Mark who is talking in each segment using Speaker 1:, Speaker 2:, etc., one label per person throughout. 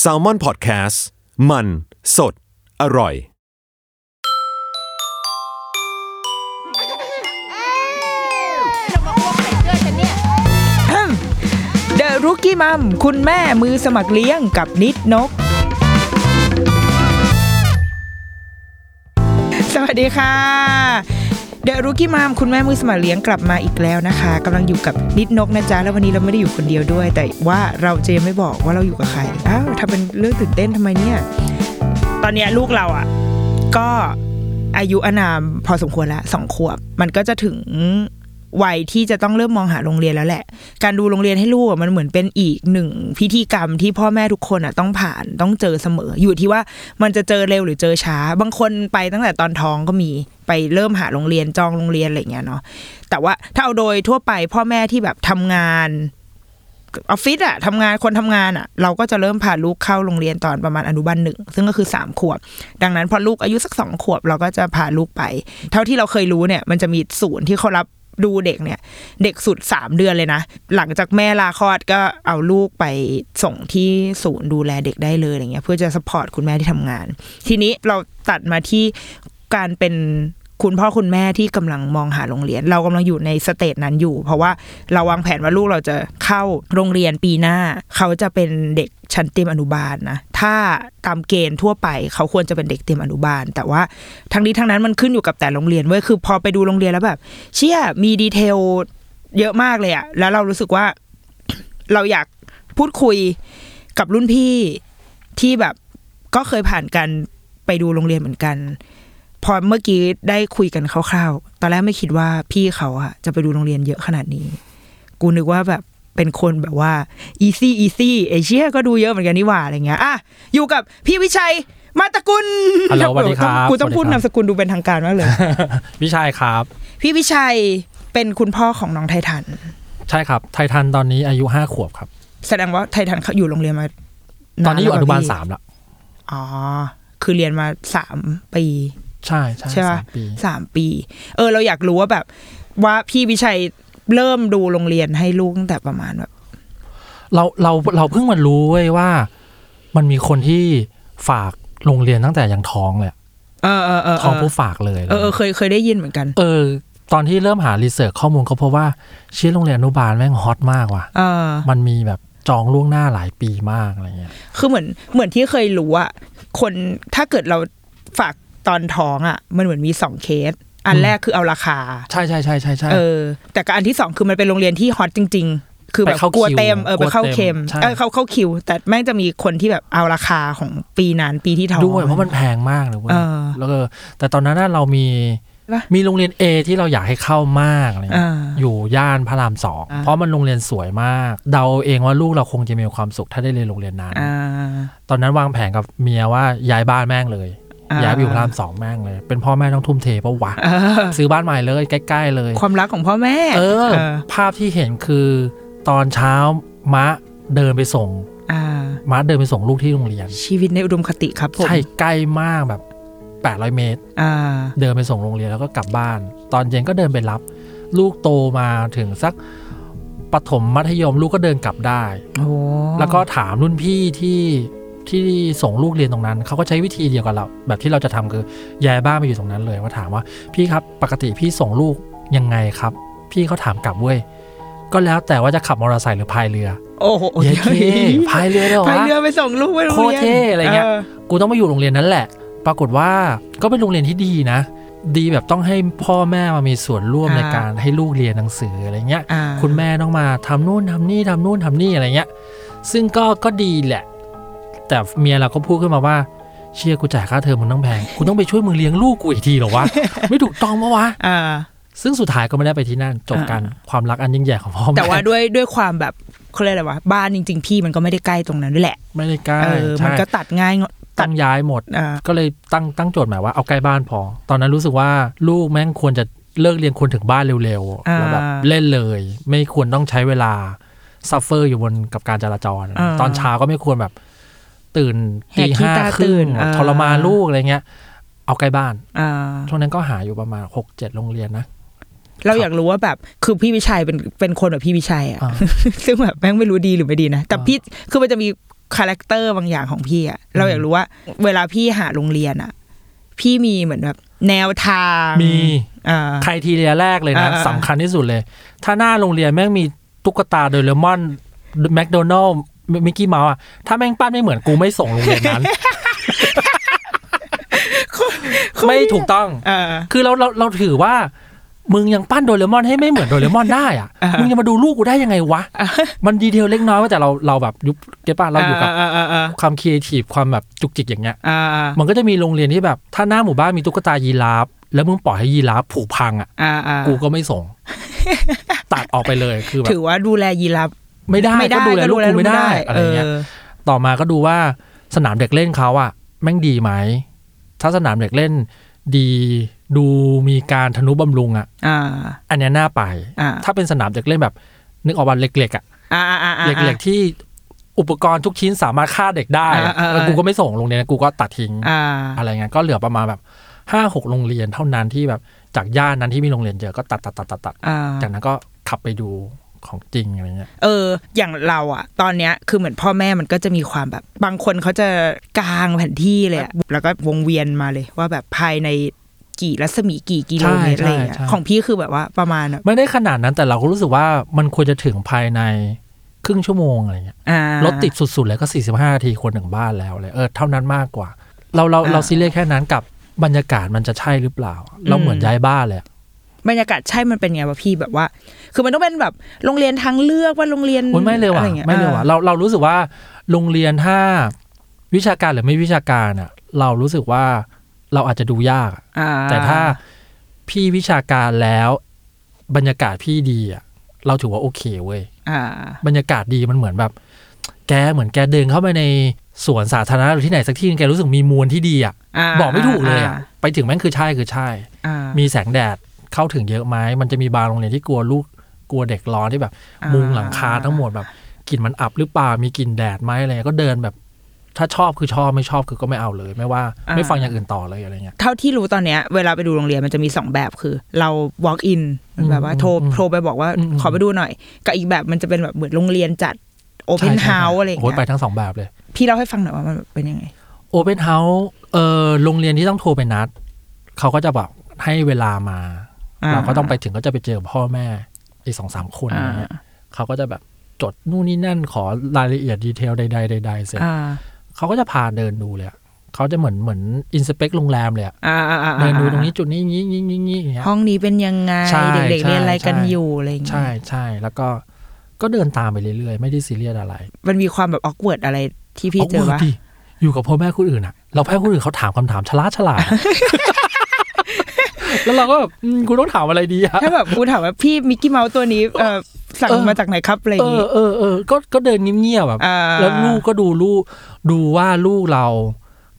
Speaker 1: แซลมอนพอดแคสต์มันสดอร่อย
Speaker 2: เดอะรุกี้มัมคุณแม่มือสมัครเลี้ยงกับนิดนก สวัสดีค่ะ เดอะรุกี้มัมคุณแม่มือสมัครเลี้ยงกลับมาอีกแล้วนะคะกำลังอยู่กับนิดนกนะจ๊ะ แล้ววันนี้เราไม่ได้อยู่คนเดียวด้วย แต่ว่าเราจะยังไม่บอกว่าเราอยู่กับใครอ้าวทำเป็นเรื่องตื่นเต้นทำไมเนี่ย ตอนเนี้ยลูกเราอ่ะ ก็อายุอานามพอสมควรแล้วสองขวบ มันก็จะถึงวัยที่จะต้องเริ่มมองหาโรงเรียนแล้วแหละ การดูโรงเรียนให้ลูกอะมันเหมือนเป็นอีกหนึ่งพิธีกรรมที่พ่อแม่ทุกคนอ่ะต้องผ่านต้องเจอเสมอ อยู่ที่ว่ามันจะเจอเร็วหรือเจอช้า บางคนไปตั้งแต่ตอนท้องก็มีไปเริ่มหาโรงเรียนจองโรงเรียนอะไรอย่างเงี้ยเนาะแต่ว่าถ้าเอาโดยทั่วไปพ่อแม่ที่แบบทำงาน ออฟฟิศอะทำงานคนทำงานอะเราก็จะเริ่มพาลูกเข้าโรงเรียนตอนประมาณอนุบาลหนึ่งซึ่งก็คือสามขวบ ดังนั้นพอลูกอายุสักสองขวบเราก็จะพาลูกไป เท่าที่เราเคยรู้เนี่ย มันจะมีศูนย์ที่เขารับดูเด็กเนี่ย เด็กสุดสามเดือนเลยนะ หลังจากแม่ลาคลอดก็เอาลูกไปส่งที่ศูนย์ดูแลเด็กได้เลยอะไรเงี้ยเพื่อจะสปอร์ตคุณแม่ที่ทำงาน ทีนี้เราตัดมาที่การเป็นคุณพ่อคุณแม่ที่กำลังมองหาโรงเรียน เรากำลังอยู่ในสเตจนั้นอยู่ เพราะว่าเราวางแผนว่าลูกเราจะเข้าโรงเรียนปีหน้า เขาจะเป็นเด็กชั้นเตรียมอนุบาลนะถ้าตามเกณฑ์ทั่วไป เขาควรจะเป็นเด็กเตรียมอนุบาล แต่ว่าทั้งนี้ทั้งนั้นมันขึ้นอยู่กับแต่โรงเรียนเว้ยคือพอไปดูโรงเรียนแล้วแบบ เชี่ยมีดีเทลเยอะมากเลยอะแล้วเรารู้สึกว่า เราอยากพูดคุยกับรุ่นพี่ที่แบบก็เคยผ่านกันไปดูโรงเรียนเหมือนกัน พอเมื่อกี้ได้คุยกันคร่าวๆ ตอนแรกไม่คิดว่าพี่เขาอะจะไปดูโรงเรียนเยอะขนาดนี้ กูนึกว่าแบบเป็นคนแบบว่า อีซี่อีซี่เอเชียก็ดูเยอะเหมือนกันนี่หว่าอะไรเงี้ยอ่ะอยู่กับพี่วิชัยมาตะกุล
Speaker 3: ฮัลโหลสวัสดีครับ
Speaker 2: กูต้องพูด
Speaker 3: สวัสดีครับ
Speaker 2: นามสกุลดูเป็นทางการมากเลย
Speaker 3: พี่ชายครับ
Speaker 2: พี่วิชัยเป็นคุณพ่อของน้องไททัน
Speaker 3: ใช่ครับ ไททันตอนนี้อายุห้าขวบครับ
Speaker 2: แสดงว่าไททันเขาอยู่โรงเรียนมา
Speaker 3: ตอนนี้อยู่อ
Speaker 2: แล้ว
Speaker 3: นุบาล
Speaker 2: พี่
Speaker 3: สามละ
Speaker 2: อ๋อ คือเรียนมาสามปี
Speaker 3: ใช่ใช่
Speaker 2: ใช่ปะ
Speaker 3: สามปี
Speaker 2: สามปี เออ เราอยากรู้ว่าแบบ ว่าพี่วิชัยเริ่มดูโรงเรียนให้ลูกตั้งแต่ประมาณแบบ
Speaker 3: เราเราเราเพิ่งมารู้เว้ยว่า มันมีคนที่ฝากโรงเรียนตั้งแต่ยังท้องเลยอะ
Speaker 2: เออเออเออเอ
Speaker 3: ท้อง
Speaker 2: อ
Speaker 3: ผู้ฝากเลย
Speaker 2: เออเออเคยเคยได้ยินเหมือนกัน
Speaker 3: เออ ตอนที่เริ่มหารีเสิร์ชข้อมูลก็พบว่าเชื่อโรงเรียนอนุบาลแม่งฮอตมากว่ะ
Speaker 2: เออ
Speaker 3: มันมีแบบจองล่วงหน้าหลายปีมากอะไรเงี้ย
Speaker 2: คือเหมือนเหมือนที่เคยรู้อะคนถ้าเกิดเราฝากตอนท้องอะมันเหมือนมีสองเคส อัน
Speaker 3: อืม
Speaker 2: แรกคือเอาราคา
Speaker 3: ใช่ใช่ใช่ใช่ใช่
Speaker 2: เออแต่กับอันที่สองคือมันเป็นโรงเรียนที่ฮอตจริง ๆ คือแบบ
Speaker 3: ไปเข้าก
Speaker 2: ลัว
Speaker 3: คิว
Speaker 2: เต็มเออก
Speaker 3: ลั
Speaker 2: ไป
Speaker 3: ว
Speaker 2: เข้า
Speaker 3: เต็ม
Speaker 2: เค็ม
Speaker 3: ใช่
Speaker 2: เออเขาเข้าคิว แต่แม่งจะมีคนที่แบบเอาราคาของปีนั้นปีที่ท้อง
Speaker 3: ด้วยเพราะมันแพงมากเลยเว้ย
Speaker 2: เออ
Speaker 3: แล้วก็แต่ตอนนั้นน่ะเรามี
Speaker 2: ปะ
Speaker 3: มีโรงเรียน A ที่เราอยากให้เข้ามากอะไร
Speaker 2: อ่
Speaker 3: เงี้ย
Speaker 2: า
Speaker 3: อยู่ย่านพระรามสอง
Speaker 2: อ่า
Speaker 3: เพราะมันโรงเรียนสวยมาก เดาเองว่าลูกเราคงจะมีความสุขถ้าได้เรียนโรงเรียนนั้น
Speaker 2: อ่า
Speaker 3: ตอนนั้นวางแผนกับเมียว่าย้ายบ้านแม่งเลยย้ายไปอยู่พระรามสองแม่งเลย เป็นพ่อแม่ต้องทุ่มเทปะวะ
Speaker 2: เออ
Speaker 3: ซื้อบ้านใหม่เลยใกล้ๆเลย
Speaker 2: ความรักของพ่อแม่
Speaker 3: เออ
Speaker 2: เออ
Speaker 3: ภาพที่เห็นคือตอนเช้ามะเดินไปส่ง
Speaker 2: อ่า
Speaker 3: มะเดินไปส่งลูกที่โรงเรียน
Speaker 2: ชีวิตในอุดมคติครับผม
Speaker 3: ใช่ใกล้มากแบบ800เมตร
Speaker 2: อ่า
Speaker 3: เดินไปส่งโรงเรียนแล้วก็กลับบ้าน ตอนเย็นก็เดินไปรับ ลูกโตมาถึงสักปฐมมัธยมลูกก็เดินกลับได้
Speaker 2: โอ้
Speaker 3: แล้วก็ถามรุ่นพี่ที่ที่ส่งลูกเรียนตรงนั้นเขาก็ใช้วิธีเดียวกับเรา แบบที่เราจะทำคือย้ายบ้านไปอยู่ตรงนั้นเลยว่าถามว่าพี่ครับปกติพี่ส่งลูกยังไงครับ พี่เขาถามกลับเว้ยก็แล้วแต่ว่าจะขับมอเตอร์ไซค์หรือพายเรือ
Speaker 2: โอ้โห
Speaker 3: เย้เคพายเรือเลยเหร
Speaker 2: พายว
Speaker 3: อะ
Speaker 2: เรือไปส่งลูกไปโรงเรียน
Speaker 3: โคตรเท่อะไรเงี้ย กูต้องมาอยู่โรงเรียนนั้นแหละ ปรากฏว่าก็เป็นโรงเรียนที่ดีนะ ดีแบบต้องให้พ่อแม่มามีส่วนร่วมในการให้ลูกเรียนหนังสืออะไรเงี้ย
Speaker 2: อ่า
Speaker 3: คุณแม่ต้องมาทำนู่นทำนี่ทำนู่นทำนี่อะไรเงี้ย ซึ่งก็ก็ดีแหละ แต่เมียเราก็พูดขึ้นมาว่า เชียกูจ่ายค่าเทอมมึงต้องแพงกูต้องไปช่วยมึงเลี้ยงลูกกูอีกทีเหรอ วะ ไม่ถูกต้องมะวะ
Speaker 2: อ่า
Speaker 3: ซึ่งสุดท้ายก็ไม่ได้ไปที่นั่นจบกันความรักอันยิ่งใหญ่ของพ่อแม่
Speaker 2: แต่ว่าด้วยด้วยความแบบเขาเรียกอะไรวะบ้านจริง ๆ พี่มันก็ไม่ได้ใกล้ตรงนั้นด้วยแหละ
Speaker 3: ไม่ได้ใกล้
Speaker 2: เออมัน
Speaker 3: ใช่
Speaker 2: ก็ตัดง่ายตัด
Speaker 3: ต้องย้ายหมด
Speaker 2: อ่า
Speaker 3: ก็เลยตั้งตั้งโจทย์หมายว่าเอาใกล้บ้านพอ ตอนนั้นรู้สึกว่าลูกแม่งควรจะเลิกเรียนควรถึงบ้านเร็วๆ
Speaker 2: อ่า
Speaker 3: แล้วแบบเล่นเลย ไม่ควรต้องใช้เวลาซัฟเฟอร์อยู่บนกับการจราจร
Speaker 2: อ่า
Speaker 3: ตอนเช้าก็ไม่ควรแบบตื่น
Speaker 2: แห
Speaker 3: ตี
Speaker 2: กขี้
Speaker 3: ห้า
Speaker 2: ตา
Speaker 3: ครึ่
Speaker 2: ตื่
Speaker 3: ง
Speaker 2: นอ่า
Speaker 3: ทรมานลูกอะไรเงี้ย เอาใกล้บ้าน
Speaker 2: อ่า
Speaker 3: ช่วงนั้นก็หาอยู่ประมาณหกเจ็ดโรงเรียนนะ
Speaker 2: เราอยากรู้ว่าแบบคือพี่วิชัยเป็นเป็นคนแบบพี่วิชัยอะ
Speaker 3: อ่า
Speaker 2: ซึ่งแบบแม่งไม่รู้ดีหรือไม่ดีนะแต่
Speaker 3: อ่า
Speaker 2: พี่คือมันจะมีคาแรคเตอร์บางอย่างของพี่อะเราอยากรู้ว่า เวลาพี่หาโรงเรียนอะพี่มีเหมือนแบบแนวทาง
Speaker 3: มี
Speaker 2: อ่า
Speaker 3: ใครทีเรียแรกเลยนะ
Speaker 2: อ่าอ่า
Speaker 3: สำคัญที่สุดเลย ถ้าหน้าโรงเรียนแม่งมีตุ๊กตาโดเรมอนแมคโดนัลมิกกี้เมาส์อะถ้าแม่งปั้นไม่เหมือนกูไม่ส่งโรงเรียนนั้น ไม่ถูกต้อง
Speaker 2: เออ
Speaker 3: คือเราเราเราถือว่า มึงยังปั้นโดเรมอนให้ไม่เหมือนโดเรมอนได้อะ
Speaker 2: อ่าฮะ
Speaker 3: มึงจะมาดูลูกกูได้ยังไงวะ มันดีเทลเล็กน้อยว่าแต่เราเราแบบยุบเก็ตป่ะเราอยู่กับ
Speaker 2: อ่าอ่าอ่า
Speaker 3: ความครีเอทีฟความแบบจุกจิกอย่างเงี้ย
Speaker 2: อ่า
Speaker 3: มันก็จะมีโรงเรียนที่แบบ ถ้าหน้าหมู่บ้านมีตุ๊กตายีราฟแล้วมึงปล่อยให้ยีราฟผูกพังอะ
Speaker 2: อ่าอ่า
Speaker 3: กูก็ไม่ ส่ง ตัดออกไปเลยคือแบบ
Speaker 2: ถือว่าดูแลยีราฟ
Speaker 3: ไม่ได้
Speaker 2: ไม่
Speaker 3: ก็
Speaker 2: ได้
Speaker 3: ดูแลลูกกูไม่ได้อะไรเงี้ย
Speaker 2: ออ
Speaker 3: ต่อมาก็ดูว่าสนามเด็กเล่นเขาอะแม่งดีไหม ถ้าสนามเด็กเล่นดีดูมีการทนุบำรุงอะ
Speaker 2: อ่า
Speaker 3: อันเนี้ยน่าไป
Speaker 2: อ่า
Speaker 3: ถ้าเป็นสนามเด็กเล่นแบบ นึกออกวันเล็กๆอะ
Speaker 2: อ่าอ่าอ่าอ่า
Speaker 3: เล็กๆที่อุปกรณ์ทุกชิ้นสามารถฆ่าเด็กได้
Speaker 2: อ่า
Speaker 3: อะ
Speaker 2: อ่าอ่า
Speaker 3: แล้วกูก็ไม่ส่งโรงเรียนนะกูก็ตัดทิ้ง
Speaker 2: อ่า
Speaker 3: อะไรเงี้ยก็เหลือประมาณแบบห้าหกโรงเรียนเท่านั้นที่แบบจากย่านนั้นที่มีโรงเรียนเยอะก็ตัดตัดตัดตัดตัด
Speaker 2: อ่า
Speaker 3: จากนั้นก็ขับไปดูของจริงอะไรเงี้ย
Speaker 2: เออ อย่างเราอะตอนเนี้ยคือเหมือนพ่อแม่มันก็จะมีความแบบ บางคนเขาจะกางแผนที่เลยอะแล้วก็วงเวียนมาเลยว่าแบบภายในกี่รัศมีกี่กิโลเมตรอะ
Speaker 3: ใช่
Speaker 2: ไรอย่างเงี้ย
Speaker 3: ใช่ใช่
Speaker 2: ของพี่คือแบบว่าประมาณแบบ
Speaker 3: ไม่ได้ขนาดนั้นแต่เราก็รู้สึกว่ามันควรจะถึงภายในครึ่งชั่วโมงอะไรเงี้ย
Speaker 2: อ่าร
Speaker 3: ถติดสุดๆเลยก็ 45นาทีคนถึงบ้านแล้วเลยเออเท่านั้นมากกว่า เราเราเราซีเรียสแค่นั้นกับบรรยากาศมันจะใช่หรือเปล่า เราเหมือนย้ายบ้านเลยอะ
Speaker 2: บรรยากาศใช่มันเป็นไงวะพี่แบบว่า คือมันต้องเป็นแบบโรงเรียนทางเลือกว่าโรงเรียน
Speaker 3: โอ้ยไม่เลยว่ะ
Speaker 2: อางงี้
Speaker 3: ไม่เลยว่ะ
Speaker 2: ออ
Speaker 3: เราเรารู้สึกว่าโรงเรียนถ้าวิชาการหรือไม่วิชาการอ่ะ เรารู้สึกว่าเราอาจจะดูยากอะ
Speaker 2: อ่
Speaker 3: แต่ถ้าพี่วิชาการแล้วบรรยากาศพี่ดีอ่ะเราถือว่าโอเคเว้ย
Speaker 2: อ่า
Speaker 3: บรรยากาศดีมันเหมือนแบบ แกเหมือนแกเดินเข้าไปในสวนสาธารณะหรือที่ไหนสักที่นึงแกรู้สึกมีมวลที่ดีอ่ะ
Speaker 2: อ่า
Speaker 3: บอกไม่ถูกเลยอ่ะไปถึงแม่งคือใช่คือใช่
Speaker 2: อ่า
Speaker 3: มีแสงแดดเข้าถึงเยอะไหมมันจะมีบางโรงเรียนที่กลัวลูกกลัวเด็กร้อนที่แบบ
Speaker 2: อ่ามุ
Speaker 3: มุงหลังคาทั้งหมดแบบกลิ่นมันอับหรือเปล่ามีกลิ่นแดดไหมอะไรเงี้ยก็เดินแบบ ถ้าชอบคือชอบไม่ชอบคือก็ไม่เอาเลย ไม่ว่าไม่ฟังอย่างอื่นต่อเลยอะไรเงี้ย
Speaker 2: เท่าที่รู้ตอนเนี้ยเวลาไปดูโรงเรียนมันจะมีสองแบบคือ เรา walk in มันแบบว่า
Speaker 3: อืม
Speaker 2: โทร
Speaker 3: อืม
Speaker 2: โทรไปบอกว่า
Speaker 3: อืมอืม
Speaker 2: ขอไปดูหน่อย กับอีกแบบมันจะเป็นแบบเหมือนโรงเรียนจัด open
Speaker 3: ใช่ใช่
Speaker 2: house อะไรอย่าง
Speaker 3: โอ้ยไป
Speaker 2: เงี้ย
Speaker 3: ทั้งสองแบบเลย
Speaker 2: พี่เล่าให้ฟังหน่อยว่ามันเป็นยังไง
Speaker 3: โอเปนเฮาส์เออโรงเรียนที่ต้องโทรไปนัดเขาก็จะแบบให้เวลามา เราก็ต้องไปถึงก็จะไปเจอพ่อแม่อีกสองสามคน
Speaker 2: อ่า
Speaker 3: อย่างเงี้ยเขาก็จะแบบจดนู่นนี่นั่นขอรายละเอียดดีเทลใดๆใดๆเสร็จ
Speaker 2: อ่า
Speaker 3: เขาก็จะพาเดินดูเลยอะเขาจะเหมือนเหมือนอินสเปกโรงแรมเลยอะ
Speaker 2: อ่าอ่าอ่า
Speaker 3: เดินดูตรงนี้จุดนี้งี้งี้งี้งี้อย่างเงี้ย
Speaker 2: ห้องนี้เป็นยังไง
Speaker 3: ใช่
Speaker 2: เด็ก
Speaker 3: ใช่
Speaker 2: ๆเรียนอะไรกัน
Speaker 3: ใช่
Speaker 2: อยู่อะไรอย่างเงี้
Speaker 3: ใช่
Speaker 2: ย
Speaker 3: ใช่แล้วก็ก็เดินตามไปเรื่อยๆ ไม่ได้ซีเรียสอะไร
Speaker 2: มันมีความแบบ awkward อะไรที่พี่เจ
Speaker 3: าว
Speaker 2: อะ
Speaker 3: ดิอยู่กับพ่อแม่คนอื่นอะเราแพ้คนอื่นเขาถามคำถามฉลาดฉลาด แล้วเราก็แบบอืมคุณต้องถามอะไรดีอะ
Speaker 2: ถ้าแบบกูถามว่าพี่มิกกี้เมาส์ตัวนี้เออสั่ง
Speaker 3: เออ
Speaker 2: มาจากไหนครับอะไรอ
Speaker 3: เอย่าง อ
Speaker 2: งี้
Speaker 3: เออเออก็ก็เดินเงียบๆแบบ
Speaker 2: อ่า
Speaker 3: แล้วลูกก็ดูลูกดูว่าลูกเรา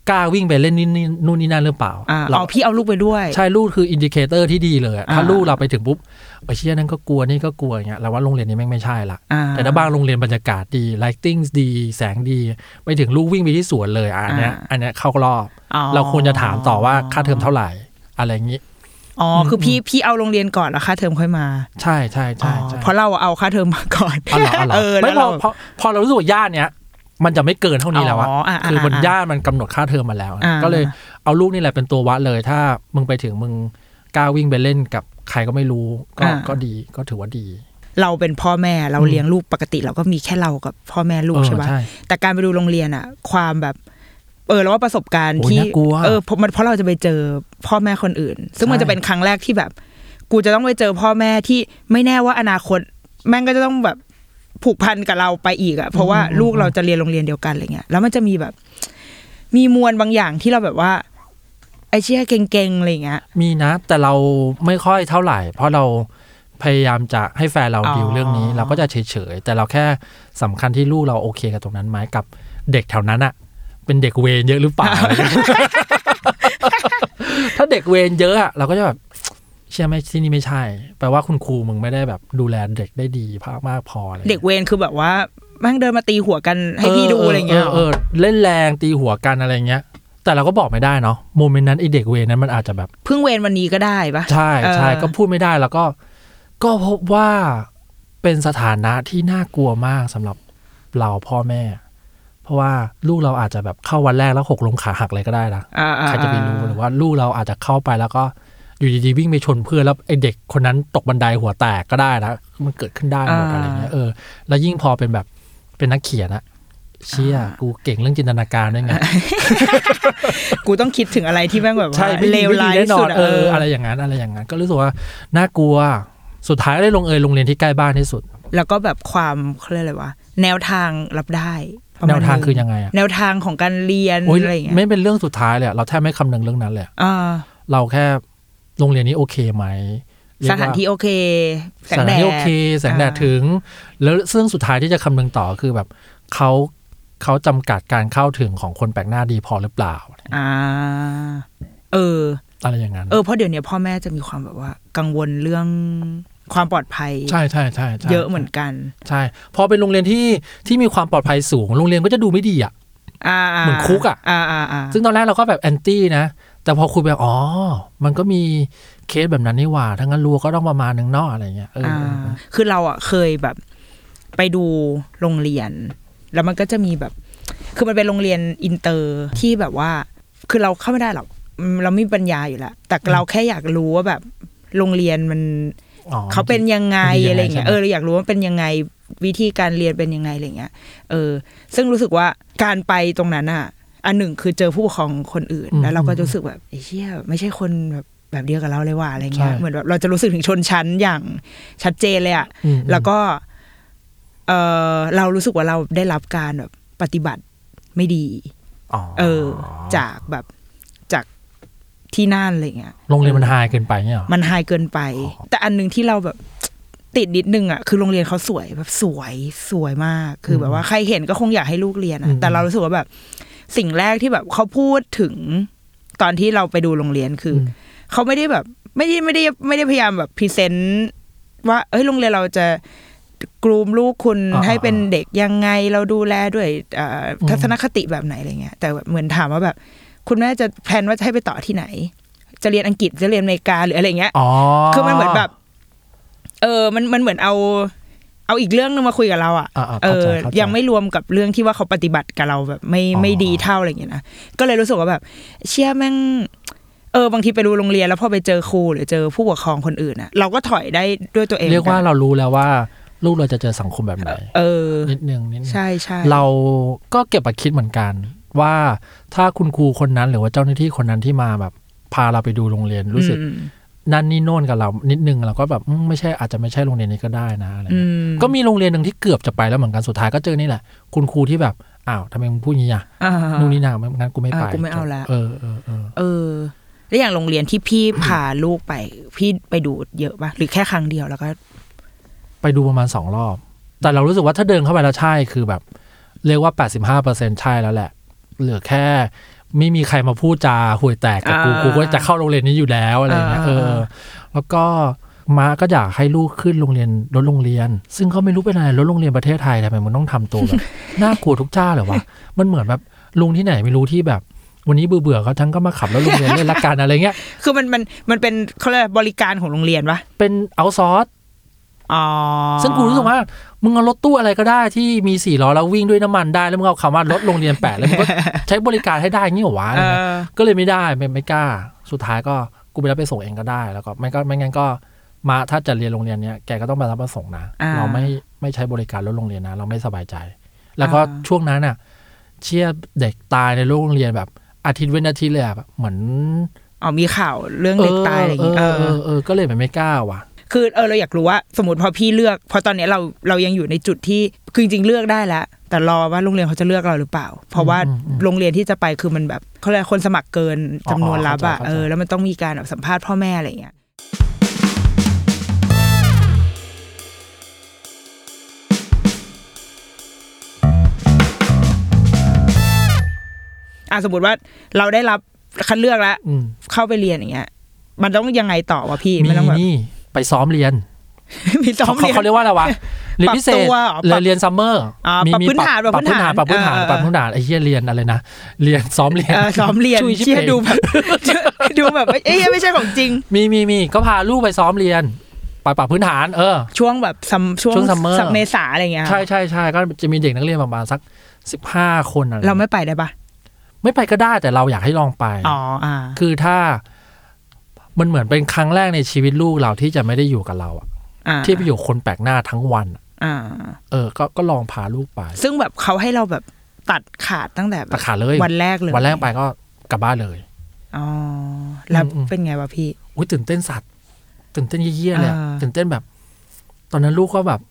Speaker 3: กล้าวิ่งไปเล่นนี่นี่นู่นนี่นั่นหรือเปล่า
Speaker 2: อ่า
Speaker 3: เรา
Speaker 2: อ๋อพี่เอาลูกไปด้วย
Speaker 3: ใช่ลูกคืออินดิเคเตอร์ที่ดีเลยอะถ้า
Speaker 2: อ่า
Speaker 3: ลูกเราไปถึงปุ๊บไอ้เชี่ยนั่นก็กลัวนี่ก็กลัวอย่างเงี้ยเราว่าโรงเรียนนี้แม่งไม่ใช่ละ
Speaker 2: อ่
Speaker 3: แต่ถ้าบางโรงเรียนบรรยากาศดีไลติ n งดี แสงดี ไปถึงลูกวิ่งไปที่สวนเลยอะอันเนี้ยอันเนี้ยเข้ารอบ
Speaker 2: อ๋อ
Speaker 3: เราควรจะถามต่อว่าค่าเทอมเท่าไหร่อะไรอย่างงี้
Speaker 2: อ๋ออ
Speaker 3: ม
Speaker 2: คือพี่พี่เอาโรงเรียนก่อนแล้วค่าเทอมค่อยมา
Speaker 3: ใช่ใช่ใช่ใช่
Speaker 2: เพราะเราเอาค่าเทอมมาก่อน
Speaker 3: อ๋อเหรออ๋อเหรอ
Speaker 2: เออ
Speaker 3: ไม่
Speaker 2: แล้วเรา
Speaker 3: พอพอพอเรารู้สึกว่าย่านเนี้ยมันจะไม่เกินเท่านี้แล้วอะ คือบนย่านมันกำหนดค่าเทอมมาแล้ว
Speaker 2: อ่า
Speaker 3: ก็เลยเอาลูกนี่แหละเป็นตัววัดเลย ถ้ามึงไปถึงมึงกล้าวิ่งไปเล่นกับใครก็ไม่รู้ ก็
Speaker 2: อ่า
Speaker 3: ก็ดีก็ถือว่าดี
Speaker 2: เราเป็นพ่อแม่เราเลี้ยงลูกปกติเราก็มีแค่เรากับพ่อแม่ลูก
Speaker 3: เออ
Speaker 2: ใช่ปะ
Speaker 3: ใช่
Speaker 2: แต่การไปดูโรงเรียนอะความแบบ เออแล้วว่าประสบการณ์
Speaker 3: โอ้ย
Speaker 2: ที่
Speaker 3: น่ากลัว
Speaker 2: เออเพราะมันเพราะเราจะไปเจอพ่อแม่คนอื่น ซึ่งมัน
Speaker 3: ใช่
Speaker 2: จะเป็นครั้งแรกที่แบบ กูจะต้องไปเจอพ่อแม่ที่ไม่แน่ว่าอนาคต แม่งก็จะต้องแบบผูกพันกับเราไปอีกอะเพราะว่าลูกเราจะเรียนโรงเรียนเดียวกันอะไรเงี้ยแล้วมันจะมีแบบ มีมวลบางอย่างที่เราแบบว่า ไอ้เชี่ยเก่งๆอะไรเงี้ย
Speaker 3: มีนะ แต่เราไม่ค่อยเท่าไหร่ เพราะเราพยายามจะให้แฟนเรา
Speaker 2: อ๋อ
Speaker 3: ดิวเรื่องนี้ เราก็จะเฉยๆแต่เราแค่สำคัญที่ลูกเราโอเคกับตรงนั้นไหมกับเด็กแถวนั้นอะเป็นเด็กเวรเยอะหรือเปล่า ถ้าเด็กเวรเยอะอะเราก็จะแบบ เชื่อไหมที่นี่ไม่ใช่ แปลว่าคุณครูมึงไม่ได้แบบดูแลเด็กได้ดีมากมากพออะไรอย่าง
Speaker 2: เด็
Speaker 3: งี้
Speaker 2: ก
Speaker 3: ย
Speaker 2: เวรคือแบบว่าแม่งเดินมาตีหัวกันให้พี่ดูอะไรเงี้ย
Speaker 3: เออเล่นแรงตีหัวกันอะไรเงี้ย แต่เราก็บอกไม่ได้เนาะโมเมนต์นั้นไอเด็กเวรนั้นมันอาจจะแบบ
Speaker 2: เพิ่งเวรวันนี้ก็ได้ปะ
Speaker 3: ใช่ใช่
Speaker 2: เออ
Speaker 3: ก็พูดไม่ได้แล้วก็ ก็พบว่าเป็นสถานะที่น่ากลัวมากสำหรับเราพ่อแม่ เพราะว่าลูกเราอาจจะแบบเข้าวันแรกแล้วหกลงขาหักเลยก็ได้นะ
Speaker 2: อ่าๆๆ
Speaker 3: ใครจะไปรู้หรือว่าลูกเราอาจจะเข้าไปแล้วก็อยู่ดีๆวิ่งไปชนเพื่อนแล้วไอเด็กคนนั้นตกบันไดหัวแตกก็ได้นะมันเกิดขึ้นได้หมดอะไรเงี้ยเออแล้วยิ่งพอเป็นแบบเป็นนักเขียนอะเชี่ยกูเก่งเรื่องจินตนาการด้วยไง
Speaker 2: กูต้องคิดถึงอะไรที่แม่งแบบว่า
Speaker 3: ใช่ไม่
Speaker 2: เล
Speaker 3: ดี
Speaker 2: ว
Speaker 3: ไม่ดี
Speaker 2: ร้าย
Speaker 3: แน่นอ
Speaker 2: สุ
Speaker 3: น
Speaker 2: ดะ
Speaker 3: เอออะไรอย่างนั้นอะไรอย่างนั้น ก็รู้สึกว่าน่ากลัวสุดท้ายก็ได้ลงเอยโรงเรียนที่ใกล้บ้านที่สุด
Speaker 2: แล้วก็แบบความเขาเรียกอะไรวะแนวทางรับได้ประมณ
Speaker 3: แนวทาง
Speaker 2: ห
Speaker 3: คือยังไงอะ
Speaker 2: แนวทางของการเรียน
Speaker 3: โอ๊ย
Speaker 2: อะไรอย่างเงี้ย
Speaker 3: ไม่เป็นเรื่องสุดท้ายเลยอะเราแทบไม่คำนึงเรื่องนั้นเลยอะ
Speaker 2: อ่า
Speaker 3: เราแค่โรงเรียนนี้โอเคไหมเรีย
Speaker 2: ส
Speaker 3: กว่
Speaker 2: ถานที่โอเคแสง
Speaker 3: แสง
Speaker 2: แด
Speaker 3: แด
Speaker 2: ด
Speaker 3: ดโอเคแสงแดด
Speaker 2: อ่า
Speaker 3: ถึง แล้วซึ่งสุดท้ายที่จะคำนึงต่อคือแบบเขาเขาจำกัดการเข้าถึงของคนแปลกหน้าดีพอหรือเปล่า
Speaker 2: อ่า เออ
Speaker 3: อะไรอย่างนั้น
Speaker 2: เออเพราะเดี๋ยวเนี้ยพ่อแม่จะมีความแบบว่า กังวลเรื่องความปลอดภัย
Speaker 3: ใช่ใช่ใช่ใช่
Speaker 2: เยอะเหมือนกัน
Speaker 3: ใช่พอเป็นโรงเรียนที่ที่มีความปลอดภัยสูง โรงเรียนก็จะดูไม่ดีอ่ะ
Speaker 2: อ่าา
Speaker 3: เหมือนคุกอะ
Speaker 2: อ่าอ่าอ่า
Speaker 3: ซึ่งตอนแรกเราก็แบบแอนตี้นะ แต่พอคุยไปอ๋อ มันก็มีเคสแบบนั้นนี่หว่าถ้างั้นรัวก็ต้องประมาณนึงเนอกอะไรเงี้ยเออ
Speaker 2: อ่า
Speaker 3: เออเออ
Speaker 2: คือเราอ่ะเคยแบบไปดูโรงเรียน แล้วมันก็จะมีแบบ คือมันเป็นโรงเรียนอินเตอร์ที่แบบว่า คือเราเข้าไม่ได้หรอกอืมเราไม่มีปัญญาอยู่แล้วแต่เราแค่อยากรู้ว่าแบบโรงเรียนมัน
Speaker 3: อ๋อ
Speaker 2: เขาเป็นยังไง
Speaker 3: มันดียังไง
Speaker 2: อะไรเงี้ย
Speaker 3: ใช่ไหม
Speaker 2: เออเราอยากรู้ว่าเป็นยังไงวิธีการเรียนเป็นยังไงอะไรเงี้ยเออ ซึ่งรู้สึกว่าการไปตรงนั้นอ่ะ อันหนึ่งคือเจอผู้ปกครองคนอื่น แล้วเราก็รู้สึกแบบไอ้เชี่ยไม่ใช่คนแบบแบบเดียวกับเราเลยว่ะอะไรเงี้ยเหมือนแบบเราจะรู้สึกถึงชนชั้นอย่างชัดเจนเลยอ่ะ
Speaker 3: อืม
Speaker 2: แล้วก็เออเรารู้สึกว่าเราได้รับการแบบปฏิบัติไม่ดี
Speaker 3: อ๋อ
Speaker 2: เออ จากแบบจากที่นั่นอะไรเงี้ย
Speaker 3: โรงเรียนมันไฮเกินไปเนี่ยเหรอ
Speaker 2: มันไฮเกินไป แต่อันหนึ่งที่เราแบบ ติดนิดนึงอ่ะคือโรงเรียนเขาสวยแบบสวยสวยมาก คือแบบว่าใครเห็นก็คงอยากให้ลูกเรียน
Speaker 3: อื
Speaker 2: อะ
Speaker 3: ม
Speaker 2: แต่เรารู้สึกว่าแบบ สิ่งแรกที่แบบเขาพูดถึงตอนที่เราไปดูโรงเรียนคืออเขาไม่ได้แบบ ไม่ได้ไม่ได้ไม่ได้พยายามแบบพรีเซนต์ว่าเอ้ยโรงเรียนเราจะกรูมลูกคุณ
Speaker 3: อ่า
Speaker 2: ให้เป็น
Speaker 3: อ่า
Speaker 2: เด็กยังไงเราดูแลด้วยเอ่ออ
Speaker 3: ม
Speaker 2: ทัศนคติแบบไหนอะไรเงี้ยแต่แบบเหมือนถามว่าแบบ คุณแม่จะแพลนว่าจะให้ไปต่อที่ไหน จะเรียนอังกฤษจะเรียนอเมริกาหรืออะไรเงี้ย
Speaker 3: อ๋อ
Speaker 2: คือมันเหมือนแบบ เออ มันมันเหมือนเอา เอาอีกเรื่องนึงมาคุยกับเราอ่ะ
Speaker 3: อ่าๆ
Speaker 2: เอ
Speaker 3: เข้า
Speaker 2: อ
Speaker 3: ใจเข้าใจ
Speaker 2: ยังไม่รวมกับเรื่องที่ว่าเขาปฏิบัติกับเราแบบไม่ไม่ดีเท่าอะไรอย่างเงี้ยนะ ก็เลยรู้สึกว่าแบบ เชี่ยแม่ง เออบางทีไปดูโรงเรียนแล้วพอไปเจอครูหรือเจอผู้ปกครองคนอื่นอ่ะ เราก็ถอยได้ด้วยตัวเอง
Speaker 3: เรียกว่าเรารู้แล้วว่า ลูกเราจะเจอสังคมแบบไหน
Speaker 2: เออ
Speaker 3: นิดนึงนิดนึง
Speaker 2: ใช่ใช่
Speaker 3: เราก็เก็บมาคิดเหมือนกัน ว่าถ้าคุณครูคนนั้นหรือว่าเจ้าหน้าที่คนนั้นที่มาแบบ พาเราไปดูโรงเรียนรู้สึก
Speaker 2: อืม
Speaker 3: นั่นนี่โน่นกับเรานิดนึงเราก็แบบอืมไม่ใช่อาจจะไม่ใช่โรงเรียนนี้ก็ได้นะอะไร
Speaker 2: อื
Speaker 3: เงี้ย
Speaker 2: ม
Speaker 3: ก็มีโรงเรียนหนึ่งที่เกือบจะไปแล้วเหมือนกันสุดท้ายก็เจอนี่แหละ คุณครูที่แบบอ้าวทำไมมึงพูดอย่างนี้อ่ะ
Speaker 2: อ่า
Speaker 3: นู่นนี่นาไม่งั้นกูไม่ไป
Speaker 2: อ่ะกูไม่เอาละ
Speaker 3: เออเออเออ
Speaker 2: เออ แล้วอย่างโรงเรียนที่พี่พาลูกไป พี่ไปดูเยอะป่ะหรือแค่ครั้งเดียวแล้วก็
Speaker 3: ไปดูประมาณสองรอบ แต่เรารู้สึกว่าถ้าเดินเข้าไปแล้วใช่คือแบบ เรียกว่า 85%ใช่แล้วแหละ เหลือแค่ ไม่มีใครมาพูดจาห่วยแตกกับกู
Speaker 2: อ่า
Speaker 3: กูก็จะเข้าโรงเรียนนี้อยู่แล้วอะไรเงี้ยเอ
Speaker 2: อ่า
Speaker 3: อ
Speaker 2: อ่า
Speaker 3: แล้วก็มาก็อยากให้ลูกขึ้นโรงเรียนรถโรงเรียน ซึ่งเขาไม่รู้เป็นอะไรรถโรงเรียนประเทศไทยทำไมมึงต้องทำตัวแบบ น่ากลัวทุกเจ้าเลยวะมันเหมือนแบบลุงที่ไหนไม่รู้ที่แบบ วันนี้เบื่อเบื่อๆเขาทั้งก็มาขับรถโรงเรียนเล่นละกันอะไรเงี้ย
Speaker 2: คือมันมันมันเป็นเขาเรียกอะไรบริการของโรงเรียนปะ
Speaker 3: เป็นเอาซอส
Speaker 2: อ๋อ
Speaker 3: ซึ่งกูรู้สึกว่ามึงเอารถตู้อะไรก็ได้ที่มีสี่ล้อแล้ววิ่งด้วยน้ำมันได้แล้วมึงเอาคำว่ารถโรงเรียนแปะแล้วมึงก็ ใช้บริการให้ได้งี้เหรอวะอะไร
Speaker 2: เอ
Speaker 3: เงี้ย
Speaker 2: อ
Speaker 3: ก็เลยไม่ได้ไม่ไม่กล้า สุดท้ายก็กูไปรับไปส่งเองก็ได้ แล้วก็ไม่ก็ไม่งั้นก็มาถ้าจะเรียนโรงเรียนเนี้ยแกก็ต้องมารับมาส่งนะ
Speaker 2: อ่า
Speaker 3: เราไม่ไม่ใช้บริการรถโรงเรียนนะ เราไม่สบายใจ แล้วก็
Speaker 2: อ่า
Speaker 3: ช่วงนั้นน่ะ เชี่ยเด็กตายในโรงเรียนแบบอาทิตย์เว้นอาทิตย์เลยอะแบบเหมือน
Speaker 2: อ๋อมีข่าวเรื่องเด็กตายอะไรอย่างงี้
Speaker 3: เอ
Speaker 2: เอ
Speaker 3: อเอ
Speaker 2: อ
Speaker 3: อเออก็เลยแบบไม่กล้าว่ะ
Speaker 2: คือเออเราอยากรู้ว่า สมมติพอพี่เลือกเพราะตอนเนี้ยเราเรายังอยู่ในจุดที่คือจริงๆเลือกได้แล้ว แต่รอว่าโรงเรียนเขาจะเลือกเราหรือเปล่า เพราะว่า
Speaker 3: อืมอืม
Speaker 2: โรงเรียนที่จะไปคือมันแบบเขาเรียกคนสมัครเกินจำนวนรับอะ
Speaker 3: อ๋อเข้าใจเข้าใจ
Speaker 2: เออแล้วมันต้องมีการแบบสัมภาษณ์พ่อแม่อะไรอย่างเงี้ย อ่ะสมมติว่าเราได้รับคัดเลือกแล้ว
Speaker 3: อืม
Speaker 2: เข้าไปเรียนอย่างเงี้ย มันต้องยังไงต่อวะพี่ มันต้องแบบ
Speaker 3: นี่ไปซ้อมเรียน
Speaker 2: มีซ้อม
Speaker 3: เขา
Speaker 2: เรียน
Speaker 3: เขาเรียกว่าอะไรวะ เรียนพิเศ
Speaker 2: ปรับตั
Speaker 3: ษ
Speaker 2: วเหรอ
Speaker 3: เลยเรียนซัมเมอร์
Speaker 2: อ่ามีปรับพื้นฐาน
Speaker 3: ปรับ
Speaker 2: ป
Speaker 3: ป
Speaker 2: รั
Speaker 3: รั
Speaker 2: บบ พื้
Speaker 3: พื้
Speaker 2: นฐา
Speaker 3: นฐาน นปรับพื้นฐาน
Speaker 2: เออ
Speaker 3: ปรับพื้นฐานไอ้เหี้ยเรียนอะไรนะ เรียน ซ้อมเรียน
Speaker 2: เออซ้อมเรียน
Speaker 3: ช่วยชิบ
Speaker 2: เชี่ย
Speaker 3: เอ ง
Speaker 2: ดูแบบ ดูแบบเอ้ยไม่ใช่ของจริง
Speaker 3: มีมีมีก็พาลูกไปซ้อมเรียน ปล่อยปากพื้นฐาน เออ
Speaker 2: ช่วงแบบซัมช่วง
Speaker 3: ช่วง summer
Speaker 2: เมษาอะไรอย่างเงี้ยค่ะ
Speaker 3: ใช่ใช่ใช่ก็จะมีเด็กนักเรียนประมาณสักสิบห้าคนอะไร
Speaker 2: เราไม่ไปได้ปะ
Speaker 3: ไม่ไปก็ได้แต่เราอยากให้ลองไป
Speaker 2: อ๋ออ่า
Speaker 3: คือถ้ามันเหมือนเป็นครั้งแรกในชีวิตลูกเราที่จะไม่ได้อยู่กับเราอะ
Speaker 2: อ่า
Speaker 3: ที่ไปอยู่คนแปลกหน้าทั้งวันอะ
Speaker 2: อ่า
Speaker 3: เออ ก็ก็ลองพาลูกไป
Speaker 2: ซึ่งแบบเขาให้เราแบบตัดขาดตั้งแต่แบบ
Speaker 3: ตัดขาเลย
Speaker 2: วันแรกเลย
Speaker 3: วันแรกไปก็กลับบ้านเลย
Speaker 2: อ๋อแล้ว
Speaker 3: อืมอืม
Speaker 2: เป็นไงวะพี่
Speaker 3: อุ้ยตื่นเต้นสัตว์ตื่นเต้นเยี่ยๆเลยอะ
Speaker 2: อ่า
Speaker 3: ตื่นเต้นแบบ ตอนนั้นลูกก็แบบ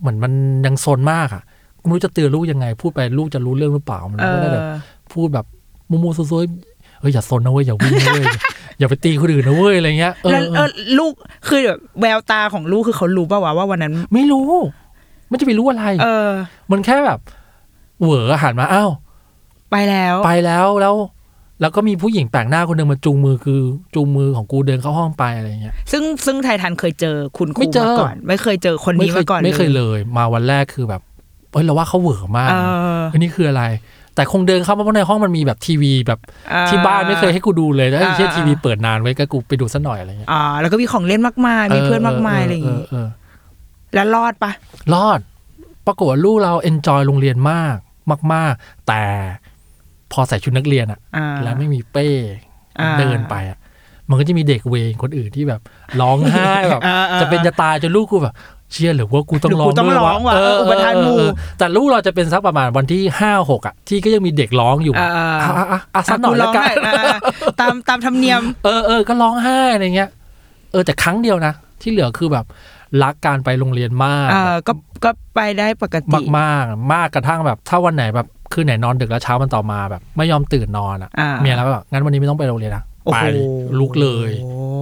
Speaker 3: เหมือนมันยังโซนมากอะไม่รู้จะเตือนลูกยังไง พูดไปลูกจะรู้เรื่องหรือเปล่ามัน
Speaker 2: เอ
Speaker 3: ก็ได้แบบ
Speaker 2: อ
Speaker 3: พูดแบบมูมูซุยๆเอ้ยอย่าซนนะเว้ยอย่าวิ่งนะเว้ย อย่าไปตีคนอื่นนะเว้ยอะไรเงี้ยเออ
Speaker 2: แล้ว
Speaker 3: เอ
Speaker 2: เอ
Speaker 3: อ
Speaker 2: อลูกคือแบบแววตาของลูกคือเขารู้ป่าวะว่าวันนั้น
Speaker 3: ไม่รู้ ไม่จะไปรู้อะไร
Speaker 2: เออ
Speaker 3: มันแค่แบบ เหวอหันมาอ้าว
Speaker 2: ไปแล้ว
Speaker 3: ไปแล้วแล้ว แล้วก็มีผู้หญิงแปลกหน้าคนหนึ่งมาจูงมือคือจูงมือของกูเดินเข้าห้องไปอะไรเงี้ย
Speaker 2: ซึ่งซึ่งไททันเคยเจอคุณครู
Speaker 3: ไม่เจอ
Speaker 2: มาก่อน ไม่เคยเจอคน
Speaker 3: ไม่
Speaker 2: นี้
Speaker 3: เคย
Speaker 2: มาก่อน
Speaker 3: ไม่เคยเลย มาวันแรกคือแบบเอ้ยเราว่าเขาเหวอมาก
Speaker 2: เอ
Speaker 3: นะ
Speaker 2: อ
Speaker 3: เอันนี้คืออะไร แต่คงเดินเข้ามาเพราะในห้องมันมีแบบทีวีแบบ
Speaker 2: อ่
Speaker 3: ที่บ้านไม่เคยให้กูดูเลยแล้วไอ้เชี่ย
Speaker 2: อ่า
Speaker 3: ทีวีเปิดนานไว้ก็กูไปดูสักหน่อยอะไรเงี้ย
Speaker 2: อ่า แล้วก็มีของเล่นมากมายมีเพื่อนมากมายอะไรอย่างงี้
Speaker 3: เเออ
Speaker 2: แล้วรอดปะ
Speaker 3: รอด ปรากฏว่าลูกเราเอนจอยโรงเรียนมากมาก ๆ แต่พอใส่ชุดนักเรียนอะ
Speaker 2: อ่า
Speaker 3: แล้วไม่มีเป้
Speaker 2: อ่า
Speaker 3: เดินไปอะมันก็จะมีเด็กเวรคนอื่นที่แบบ ร้องไห้แบบ
Speaker 2: อ่าอ่า
Speaker 3: จะเป็นจะตายจนลูกกูแบบ เชื่อหรือว่ากูต้อง
Speaker 2: หรือ
Speaker 3: ร้
Speaker 2: กู
Speaker 3: อง
Speaker 2: ต้อง
Speaker 3: ด้วย
Speaker 2: ร้องวะ
Speaker 3: เ
Speaker 2: เอออุปทานหมู่
Speaker 3: เออเออแต่ลูกเราจะเป็นสักประมาณวันที่ห้าหกอะที่ก็ยังมีเด็กร้องอยู่
Speaker 2: อ่าอ่า
Speaker 3: อ่ะอ่ะอ่ะอ่ะสักหน่อย
Speaker 2: กูร้
Speaker 3: ละ
Speaker 2: อง
Speaker 3: กั
Speaker 2: ห
Speaker 3: น
Speaker 2: อยอ่าตามตามธรรมเนียม
Speaker 3: เออเออก็ร้องไห้อะไรเงี้ย เออแต่ครั้งเดียวนะที่เหลือคือแบบรักการไปโรงเรียนมาก
Speaker 2: เออก็ก็ไปได้ปก
Speaker 3: มา
Speaker 2: ติ
Speaker 3: กมากมากกระทั่งแบบ ถ้าวันไหนแบบคืนไหนนอนดึกแล้วเช้ามันต่อมาแบบ ไม่ยอมตื่นนอนอ่ะ
Speaker 2: อ่า
Speaker 3: เมียแล้วแบบงั้นวันนี้ไม่ต้องไปโรงเรียนนะ
Speaker 2: โอ้
Speaker 3: ไป
Speaker 2: โห
Speaker 3: ลุกเลย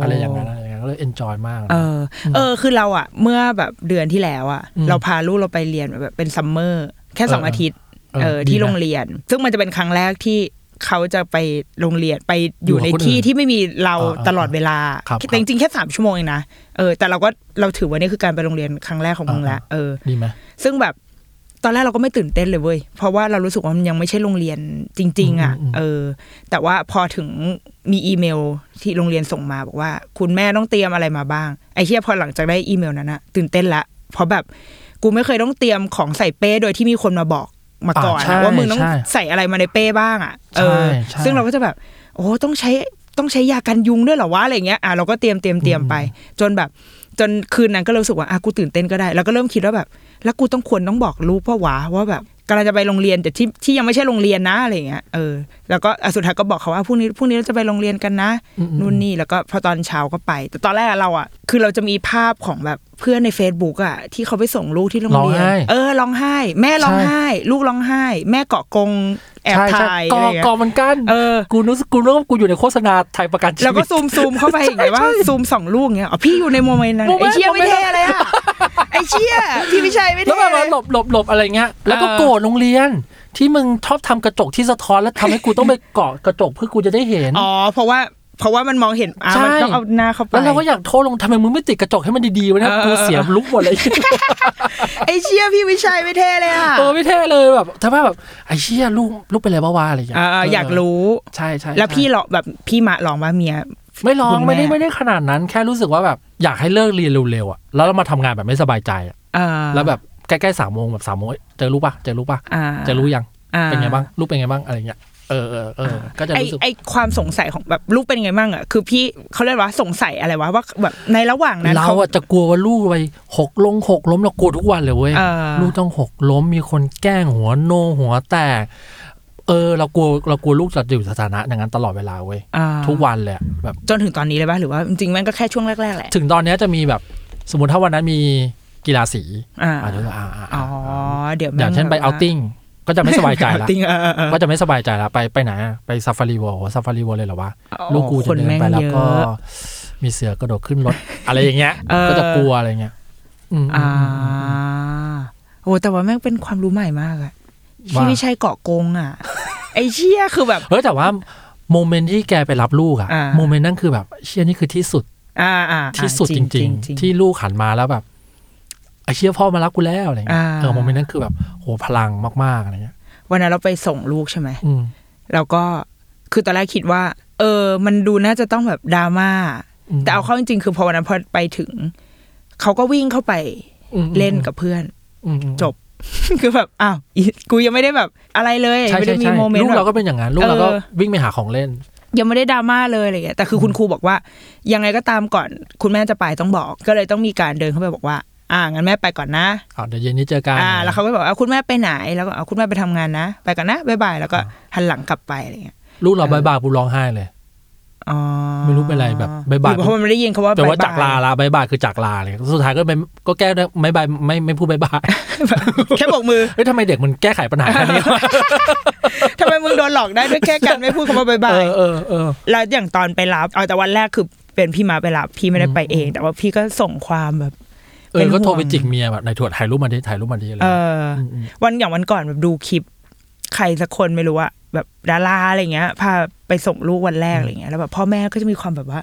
Speaker 3: อะไรอย่างนั้นอะไรอย่างนั้นก็เลยเอนจอยมาก
Speaker 2: เออ เออ คือเราอ่ะ เมื่อแบบเดือนที่แล้วอ่ะ
Speaker 3: อืม
Speaker 2: เราพาลูกเราไปเรียนแบบเป็นซัมเมอร์แค่สอง
Speaker 3: เอออ
Speaker 2: อาทิตย์
Speaker 3: เออ
Speaker 2: เออ
Speaker 3: ดี
Speaker 2: ที่
Speaker 3: นะ
Speaker 2: โรงเรียน ซึ่งมันจะเป็นครั้งแรกที่เขาจะไปโรงเรียนไปอยู่
Speaker 3: อยู่
Speaker 2: ใน
Speaker 3: กับคนอื่น
Speaker 2: ที่ที่ไม่มีเรา
Speaker 3: อ่าอ่า
Speaker 2: ตลอดเวลา
Speaker 3: ครับ
Speaker 2: แต่จริงๆแค่สามชั่วโมงเองนะเออแต่เราก็เราถือว่านี่คือการไปโรงเรียนครั้งแรกของมึงละ
Speaker 3: อ่า
Speaker 2: เออ
Speaker 3: ดีไหม
Speaker 2: ซึ่งแบบตอนแรกเราก็ไม่ตื่นเต้นเลยเว้ย เพราะว่าเรารู้สึกว่ามันยังไม่ใช่โรงเรียนจริง ๆ อ่ะ เออ แต่ว่าพอถึงมีอีเมลที่โรงเรียนส่งมาบอกว่า คุณแม่ต้องเตรียมอะไรมาบ้าง ไอ้เชี่ยพอหลังจากได้อีเมลนั้นอะตื่นเต้นละ เพราะแบบกูไม่เคยต้องเตรียมของใส่เป้โดยที่มีคนมาบอกมาก่อนอะ
Speaker 3: ใช่
Speaker 2: ว่ามึงต้อง
Speaker 3: ใช่
Speaker 2: ใส่อะไรมาในเป้บ้างอ่ะ เออ
Speaker 3: ใช่ใช่
Speaker 2: ซึ่งเราก็จะแบบ โอ้ต้องใช้ต้องใช้ยากันยุงด้วยเหรอวะอะไรอย่างเงี้ยอ่ะเราก็เตรียมเตรียมเตรียมไป จนแบบ จนคืนนั้นก็เลยรู้สึกว่าอ่ะกูตื่นเต้นก็ได้ แล้วก็เริ่มคิดว่าแบบ แล้วกูต้องควรต้องบอกลูกเพ่อวะว่าแบบกำลังจะไปโรงเรียนแต่ที่ที่ยังไม่ใช่โรงเรียนนะอะไรอย่างเงี้ยเออแล้วก็อ่ะสุดท้ายก็บอกเขาว่าพรุ่งนี้พรุ่งนี้เราจะไปโรงเรียนกันนะ
Speaker 3: อืมอืม
Speaker 2: นู่นนี่แล้วก็พอตอนเช้าก็ไป แต่ตอนแรกอะเราอ่ะคือเราจะมีภาพของแบบเพื่อนใน Facebook อ่ะที่เขาไปส่งลูกที่โรงเรียน
Speaker 3: ร้องไห้
Speaker 2: เออร้องไห้ แม่ร้อง
Speaker 3: ใช่
Speaker 2: ไห้ ลูกร้องไห้ แม่เกาะกงแอบ
Speaker 3: ใช่ใช่
Speaker 2: ถ่าย
Speaker 3: ก
Speaker 2: อะ
Speaker 3: อ
Speaker 2: ไรอย่าง
Speaker 3: กอ
Speaker 2: เงี้ย
Speaker 3: เหมันกัน
Speaker 2: เออ
Speaker 3: กูรู้สึกกูรู้ว่ากูอยู่ในโฆษณาไทยประกันชี
Speaker 2: แล้ว
Speaker 3: วิ
Speaker 2: ก็
Speaker 3: ต
Speaker 2: ซูมซูมเข้าไปอย่างเงี้ยว่าซูมสองลูกเงี้ยอ๋อพี่อยู่ในโมเมนต์นั้น
Speaker 3: โมเมน
Speaker 2: ไอ้
Speaker 3: ต์
Speaker 2: เชี่ย
Speaker 3: โม
Speaker 2: ไม่
Speaker 3: เมนต์
Speaker 2: เท่เลยอะไอ้เชี่ยพี่พิชัยไม่
Speaker 3: แล้ว
Speaker 2: เท่เล
Speaker 3: แบบว่าย หลบหลบหลบอะไรเงี้ย แล้วก็
Speaker 2: เออ
Speaker 3: โกรธโรงเรียน ที่มึงชอบทำกระจกที่สะท้อนแล้วทำให้กูต้องไปเกาะกระจกเพื่อกูจะได้เห็น
Speaker 2: อ๋อเพราะว่าเพราะว่ามันมองเห็นอ่ะ
Speaker 3: ใช่
Speaker 2: มันต้องเอาหน้าเข้าไป
Speaker 3: แล้วเราก็อยากโทษลงทำไมมึงไม่ติดกระจกให้มันดีๆวะเนี่ยกูเสียลุกหมดเลย
Speaker 2: ไอ้เชี่ยพี่วิชัยไม่เท่เลยอะ
Speaker 3: เออไม่เท่เลยแบบถ้าว่าแบบไอ้เชี่ยลูกลูกเป็นอะไรบ้าวะอะไรอย่างเงี้ย
Speaker 2: อ่าอยากรู้
Speaker 3: ใช่ใช่
Speaker 2: แล้ว
Speaker 3: ใช่
Speaker 2: พี่หรอแบบพี่มาลองว่าเมีย
Speaker 3: ไม่ร้อง
Speaker 2: คุณแม่
Speaker 3: ไม่ได้ไม่ได้ขนาดนั้นแค่รู้สึกว่าแบบอยากให้เลิกเรียนเร็วๆอ่ะแล้วเรามาทำงานแบบไม่สบายใจอะ
Speaker 2: เอ่อ
Speaker 3: แล้วแบบใกล้ๆสามโมงแบบสามโมงเอ้ยเจอรู้ป่ะเจอรู้ป่ะ
Speaker 2: อ่า
Speaker 3: เจอรู้ยัง
Speaker 2: อ่
Speaker 3: เป็นไงบ้างลูกเป็นไงบ้างอะไรอย่างเงี้ยเออเออเออก็จะ
Speaker 2: ไอ
Speaker 3: รู้สึก
Speaker 2: ไอความสงสัยของแบบลูกเป็นไงบ้างอะคือพี่เขาเรียกว่าสงสัยอะไรวะว่าแบบในระหว่างนั้น
Speaker 3: เรา
Speaker 2: เขา
Speaker 3: อะจะกลัวว่าลูกไปหกลงหกล้มเรากลัวทุกวันเลยเว้ย
Speaker 2: เออ
Speaker 3: ลูกต้องหกล้มมีคนแกล้งหัวโนหัวแตกเออ เรากลัวเรากลัวลูกจะอยู่สถานะอย่างนั้นตลอดเวลาเว้ย
Speaker 2: อ่า
Speaker 3: ทุกวันเลยอะแบบ
Speaker 2: จนถึงตอนนี้เลยปะหรือว่าจริงๆแม่งก็แค่ช่วงแรกๆแหละ
Speaker 3: ถึงตอนเนี้ยจะมีแบบสมมติถ้าวันนั้นมีกีฬาสี
Speaker 2: อ่า
Speaker 3: อาจจะอ่าอ่า
Speaker 2: อ๋อเดี๋ยว
Speaker 3: อ
Speaker 2: แม่
Speaker 3: ย่างเช่นไป
Speaker 2: แบบว่
Speaker 3: เอาติ้งก็จะไม่สบายใจ
Speaker 2: ไป
Speaker 3: ละ
Speaker 2: outing เออเออเออ
Speaker 3: ก็จะไม่สบายใจละไปไปไหนอะไปซาฟารีวอลซาฟารีวอลเลยเหรอวะลูกกู
Speaker 2: ค
Speaker 3: จะ
Speaker 2: น
Speaker 3: เดิน
Speaker 2: แม่ง
Speaker 3: ไปแล้ว
Speaker 2: เย
Speaker 3: ก็
Speaker 2: อะ
Speaker 3: มีเสือกระโดดขึ้นรถ อะไรอย่างเงี้ย
Speaker 2: เออ
Speaker 3: ก็จะกลัวอะไรเงี้ยอืมอื
Speaker 2: อ่าม
Speaker 3: อืม
Speaker 2: โอ้แต่ว่าแม่งเป็นความรู้ใหม่มากอะพี่
Speaker 3: ว่า
Speaker 2: วิชัยเกาะกง อะไอเชี่ยคือแบบ
Speaker 3: เฮ้ยแต่ว่าโมเมนต์ที่แกไปรับลูกอะ
Speaker 2: อ่า
Speaker 3: โมเมนต์นั่นคือแบบเชี่ยนี่คือที่สุด
Speaker 2: อ่าอ่าอ่า
Speaker 3: ที่สุดจริง
Speaker 2: ๆ
Speaker 3: ๆ ที่ลูกหันมาแล้วแบบไอเชี่ยพ่อมารับกูแล้วอะไรเงี้ย
Speaker 2: อ่า
Speaker 3: เออโมเมนต์นั้นคือแบบโหพลังมากๆอะไรเงี้ย
Speaker 2: วันนั้นเราไปส่งลูกใช่ไหม
Speaker 3: อืม
Speaker 2: แล้วก็คือตอนแรกคิดว่า เออ มันดูน่าจะต้องแบบดราม่า
Speaker 3: ม
Speaker 2: แต่เอาเข้าจริงๆคือพอวันนั้นพอไปถึง เขาก็วิ่งเข้าไป
Speaker 3: อืม
Speaker 2: เล่นกับเพื่อน
Speaker 3: อืมอืม
Speaker 2: จบ คือแบบอ้าวอีกูยังไม่ได้แบบอะไรเลย
Speaker 3: ใช่
Speaker 2: ไม่
Speaker 3: ใช่
Speaker 2: ได้มี
Speaker 3: ใช่
Speaker 2: โมเมน
Speaker 3: ลูก
Speaker 2: ต์แบ
Speaker 3: เรา
Speaker 2: บ
Speaker 3: ก็เป็นอย่างนั้นลูกเราก็
Speaker 2: เออ
Speaker 3: วิ่งไปหาของเล่น
Speaker 2: ยังไม่ได้ดราม่าเลยอะไรเงี้ยแต่คือคุณครูบอกว่า ยังไงก็ตามก่อน คุณแม่จะไปต้องบอก ก็เลยต้องมีการเดินเข้าไปบอกว่า อ่างั้นแม่ไปก่อนนะ
Speaker 3: อ่าเดี๋ยวเย็นนี้เจอกัน
Speaker 2: อ่า แล้วเขาก็บอกว่าคุณแม่ไปไหนแล้วก็เอาคุณแม่ไปทำงานนะ ไปก่อนนะบ๊ายบายแล้วก็หันหลังกลับไปอะไรเงี้ย
Speaker 3: ลูกเราบายบายกูร้องไห้เลย
Speaker 2: อ๋อ
Speaker 3: ไม่รู้เป็นไรแบบบ๊ายบา
Speaker 2: ห
Speaker 3: ย
Speaker 2: รือเพราะมันไม่ได้ยินเขาว่า
Speaker 3: แต่ว่า
Speaker 2: บ๊ยบย
Speaker 3: จากลาละบายบายคือจากลาเลยสุดท้ายก็ไม่ก็แก้ด้วยไม่บายไม่ไม่พูดบายบาย
Speaker 2: แค่บอกมือ
Speaker 3: เฮ้ยทำไมเด็กมันแก้ไขปัญหาแค่นี้วะ
Speaker 2: ทำไมมึงโดนหลอกได้ด้วยแค่การไม่พูดคำว่าบายบา
Speaker 3: เอย อเออเออ
Speaker 2: แล้วอย่างตอนไปรับเอาแต่วันแรกคือเป็นพี่มาไปรับ พี่ไม่ได้ไปเอง แต่ว่าพี่ก็ส่งความแบบ
Speaker 3: เอ
Speaker 2: เป็
Speaker 3: อน
Speaker 2: ห่วง
Speaker 3: ก็โทรไปจิกเมียแบบไหนถวดถ่ายรูปมาดิถ่ายรูปมาดิอะไร
Speaker 2: เอ
Speaker 3: เงี้ย
Speaker 2: ออ
Speaker 3: มอืม
Speaker 2: วันอย่างวันก่อนแบบดูคลิป ใครสักคนไม่รู้อะแบบดาราอะไรเงี้ย พาไปส่งลูกวันแรกอะไรเงี้ยแล้วแบบพ่อแม่ก็จะมีความแบบว่า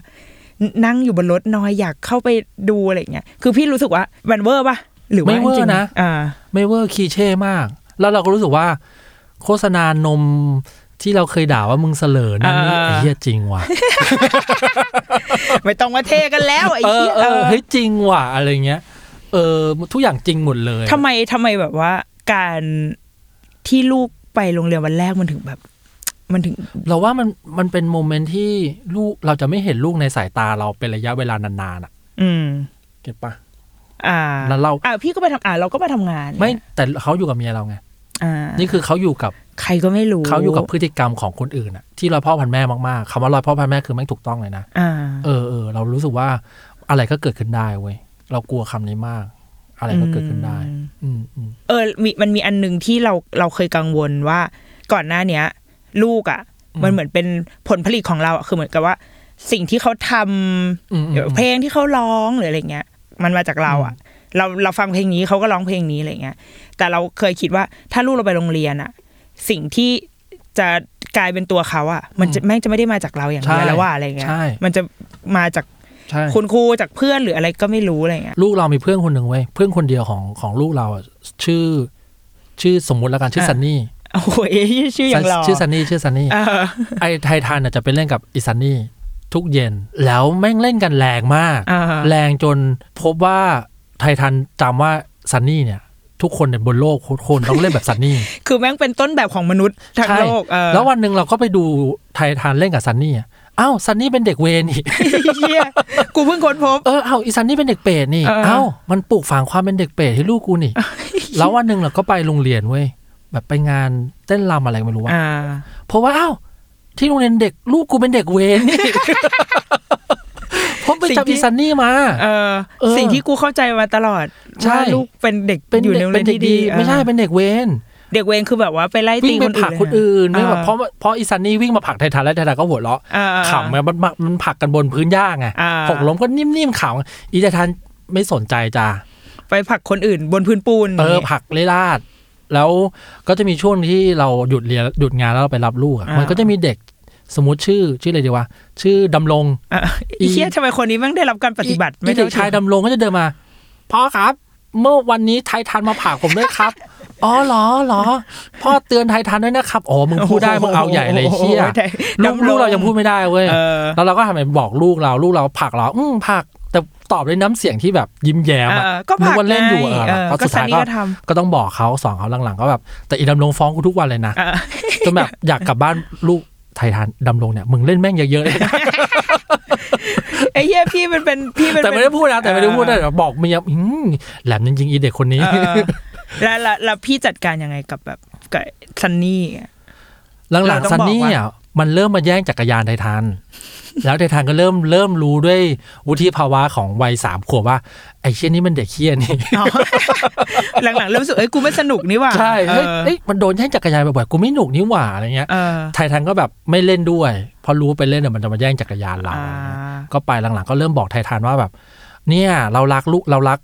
Speaker 2: นั่งอยู่บนรถน้อยอยากเข้าไปดูอะไรเงี้ยคือพี่รู้สึกว่ามันเวอร์ปะหรือว่า
Speaker 3: ไม่เวอ
Speaker 2: จ
Speaker 3: ร์
Speaker 2: งๆ
Speaker 3: นะ
Speaker 2: อ่า
Speaker 3: ไม่เวอร์คีเช่มาก แล้วเราก็รู้สึกว่า โฆษณานมที่เราเคยด่าว่ามึงเสลอนั่นนี่
Speaker 2: เออ
Speaker 3: ไอ้เหี้ยจริงว่ะ
Speaker 2: ไม่ต้องมาเทกันแล้วไอ้
Speaker 3: เออ
Speaker 2: เหี้ย
Speaker 3: เอ
Speaker 2: เอ
Speaker 3: อ
Speaker 2: อ
Speaker 3: เฮ้ยจริงว่ะอะไรเงี้ย เออทุกอย่างจริงหมดเลย
Speaker 2: ทำไมทำไมแบบว่าการที่ลูกไปโรงเรียนวันแรกมันถึงแบบ มันถึง
Speaker 3: เราว่ามันมันเป็นโมเมนต์ที่ลูกเราจะไม่เห็นลูกในสายตาเราเป็นระยะเวลานานๆอ่ะ
Speaker 2: อืม
Speaker 3: เก็ตปะ
Speaker 2: อ่า
Speaker 3: แล้วเรา
Speaker 2: อ่าพี่ก็ไปทำอ่าเราก็ไปทำงาน
Speaker 3: ไม่
Speaker 2: เนี่ย
Speaker 3: แต่เขาอยู่กับเมียเราไง
Speaker 2: อ่า
Speaker 3: นี่คือเขาอยู่กับ
Speaker 2: ใครก็ไม่รู้
Speaker 3: เขาอยู่กับพฤติกรรมของคนอื่นอะที่รอยพ่อพันแม่มากๆคำว่ารอยพ่อพันแม่คือแม่งถูกต้องเลยนะ
Speaker 2: อ่า
Speaker 3: เออเออเรารู้สึกว่าอะไรก็เกิดขึ้นได้เว้ยเรากลัวคำนี้มาก อะไรก็เกิดขึ้นได้ อืมอืม
Speaker 2: เออมีมันมีอันหนึ่งที่เราเราเคยกังวลว่าก่อนหน้าเนี้ย ลูกอ่ะ มันเหมือนเป็นผลผลิตของเราอ่ะคือเหมือนกับว่า สิ่งที่เขาทำ
Speaker 3: อืมอืม
Speaker 2: เพลงที่เขาร้องหรืออะไรเงี้ย มันมาจากเราอ่ะ เราเราฟังเพลงนี้เขาก็ร้องเพลงนี้อะไรเงี้ย แต่เราเคยคิดว่าถ้าลูกเราไปโรงเรียนอ่ะ สิ่งที่จะกลายเป็นตัวเขาอ่ะ มันจะแม่งจะไม่ได้มาจากเราอย่างเดียวแล้วว่าอะไรเงี้ย
Speaker 3: ใช่
Speaker 2: มันจะมาจาก
Speaker 3: ใช่
Speaker 2: คุณครูจากเพื่อนหรืออะไรก็ไม่รู้อะไรเงี้ย
Speaker 3: ลูกเรามีเพื่อนคนหนึ่งเว้ยเพื่อนคนเดียวของของลูกเราอะชื่อ ชื่อสมมุติแล้วกันชื่อ
Speaker 2: อ่ะ
Speaker 3: ซันนี่
Speaker 2: โอ้โหเอ้ยชื่ออย่างเรา
Speaker 3: ชื่อซันนี่ชื่อซันนี่
Speaker 2: เออ
Speaker 3: ไอไททันอะจะไปเล่นกับอีซันนี่ทุกเย็นแล้วแม่งเล่นกันแรงมาก
Speaker 2: เออ
Speaker 3: แรงจนพบว่าไททันจำว่าซันนี่เนี่ย ทุกคนบนโลกทุกคนต้องเล่นแบบซันนี่
Speaker 2: คือแม่งเป็นต้นแบบของมนุษย์ทั้ง
Speaker 3: ใช่
Speaker 2: โลกเออ
Speaker 3: แล้ววันหนึ่งเราก็ไปดูไททันเล่นกับซันนี่อะอ้าวซันนี่เป็นเด็กเวรนี่
Speaker 2: เหี้ยกูเพิ่งค้น พบ
Speaker 3: เออเอาอีซันนี่เป็นเด็กเปรตนี่
Speaker 2: เออ
Speaker 3: เอ้ามันปลูกฝังความเป็นเด็กเปรตให้ลูกกู นี่ แล้ววันหนึ่งเราก็ไปโรงเรียนเว้ยแบบไปงานเต้นรำอะไรไม่รู้ว่า
Speaker 2: อ่า
Speaker 3: เพราะว่าอ้าวที่โรงเรียนเด็กลูกกูเป็นเด็กเวรนี่ ผมไปจับอีซันนี่มา
Speaker 2: เออ
Speaker 3: เออ
Speaker 2: สิ่งที่กูเข้าใจมาตลอด
Speaker 3: ใช่
Speaker 2: ว่าลูกเป็นเด็ก
Speaker 3: เป็น
Speaker 2: อยู่ใน
Speaker 3: เด็ก
Speaker 2: โรง
Speaker 3: เป็
Speaker 2: เรียนที่
Speaker 3: นเด็กดี
Speaker 2: ดี
Speaker 3: ไม่ใช่
Speaker 2: เออ
Speaker 3: เป็นเด็กเวร
Speaker 2: เด็กเวรคือแบบว่าไปไล่ตี
Speaker 3: วิ่ง
Speaker 2: ค
Speaker 3: ไป
Speaker 2: นอื่น
Speaker 3: ผลักคนอื่นไม่แบบ
Speaker 2: ออ
Speaker 3: เพราะเพราะอีซันนี่วิ่งมาผลักไททันแล้วไททันก็หัวเราะ
Speaker 2: เออเออ
Speaker 3: ขำไงมันมันมันผลักกันบนพื้นหญ้าไง
Speaker 2: อ่า
Speaker 3: หกล้มก็นิ่มๆขำอีไททันไม่สนใจจ้า
Speaker 2: ไปผลักคนอื่นบนพื้นปูน
Speaker 3: เออผลักเลยลาด แล้วก็จะมีช่วงที่เราหยุดเรียนหยุดงานแล้วเราไปรับลูกอะมันก็จะมีเด็กสมมติชื่อชื่ออะไรดีวะชื่อดำรง
Speaker 2: เออไอีเชี่ยทำไมคนนี้แม่งได้รับการปฏิบัติ ไม่
Speaker 3: อีเด็ก
Speaker 2: เท่า
Speaker 3: ชาย
Speaker 2: ถึง
Speaker 3: ดำรงก็จะเดินมาพ่อครับ เมื่อวันนี้ไททันมาผลักผมด้วยครับ อ๋อเหรอเหรอพ่อเตือนไททันด้วยนะครับอ๋อมึงพูดได้มึงเอาใหญ่เลยเชี่ย
Speaker 2: โอ้โหได้
Speaker 3: ลูก
Speaker 2: ดำ
Speaker 3: ลูกเรายังพูดไม่ได้เว้ย
Speaker 2: เออ
Speaker 3: แล้วเราก็ทำไปบอกลูกเรา ลูกเราผลักเรา อืมผลัก แต่ตอบด้วยน้ำเสียงที่แบบยิ้มแย้มอะ
Speaker 2: เออก็
Speaker 3: นึ
Speaker 2: ผลัก
Speaker 3: ว่าเล่นอยู่
Speaker 2: ไง
Speaker 3: อะ
Speaker 2: เออ
Speaker 3: เพราะ
Speaker 2: ก็
Speaker 3: สุด
Speaker 2: ซัน
Speaker 3: ท้าย
Speaker 2: นี่ก็ท
Speaker 3: ก็ก็ต้องบอกเขาสอนเขาหลังๆ ก็แบบ แต่อีดำรงฟ้องกูทุกวัน เลยนะ
Speaker 2: ำเออ
Speaker 3: จนแบบอยากกลับบ้านลูกไททันดำรงเนี่ย มึงเล่นแม่งเยอะๆเลยนะ
Speaker 2: ไอ้เหี้ยพี่มันเป็นพี่มัน
Speaker 3: แต่ไม่
Speaker 2: เป็น
Speaker 3: ได้พูดนะแต่ไม่ได้พูดนะแต่บอกเมียอืมแหลมจริงๆอีเด็กคนนี้
Speaker 2: เออแล้วแล้วแล้วพี่จัดการยังไงกับแบบกับซันนี่อะ
Speaker 3: ห
Speaker 2: เรา
Speaker 3: ลัง
Speaker 2: ต้อ
Speaker 3: ๆ
Speaker 2: ง
Speaker 3: ซัน
Speaker 2: บอก
Speaker 3: นี่
Speaker 2: ว่า
Speaker 3: อ่ะมันเริ่มมาแย่งจักรยานไททัน แล้วไททันก็เริ่มเริ่มรู้ด้วยวุฒิภาวะของวัยสามขวบว่า ไอ้เชี่ยนี่มันเด็กเชี่ยนี่
Speaker 2: อ๋อ หลังๆเริ่มรู้สึกเอ้ยกูไม่สนุกนี่หว่า
Speaker 3: ใช่
Speaker 2: เอ
Speaker 3: เฮ้ย
Speaker 2: อ
Speaker 3: เอ้ยมันโดนแย่งจักรยานบ่อยๆ กูไม่หนุกนี่หว่าอะไรเงี้ย
Speaker 2: เออ
Speaker 3: ไททันก็แบบไม่เล่นด้วย เพราะรู้ว่าไปเล่นเดี๋ยวมันจะมาแย่งจักรยานเรา
Speaker 2: อ่า
Speaker 3: ก็ไปหลังๆ ก็เริ่มบอกไททันว่าแบบ เนี่ยเรารักลูกเรารัก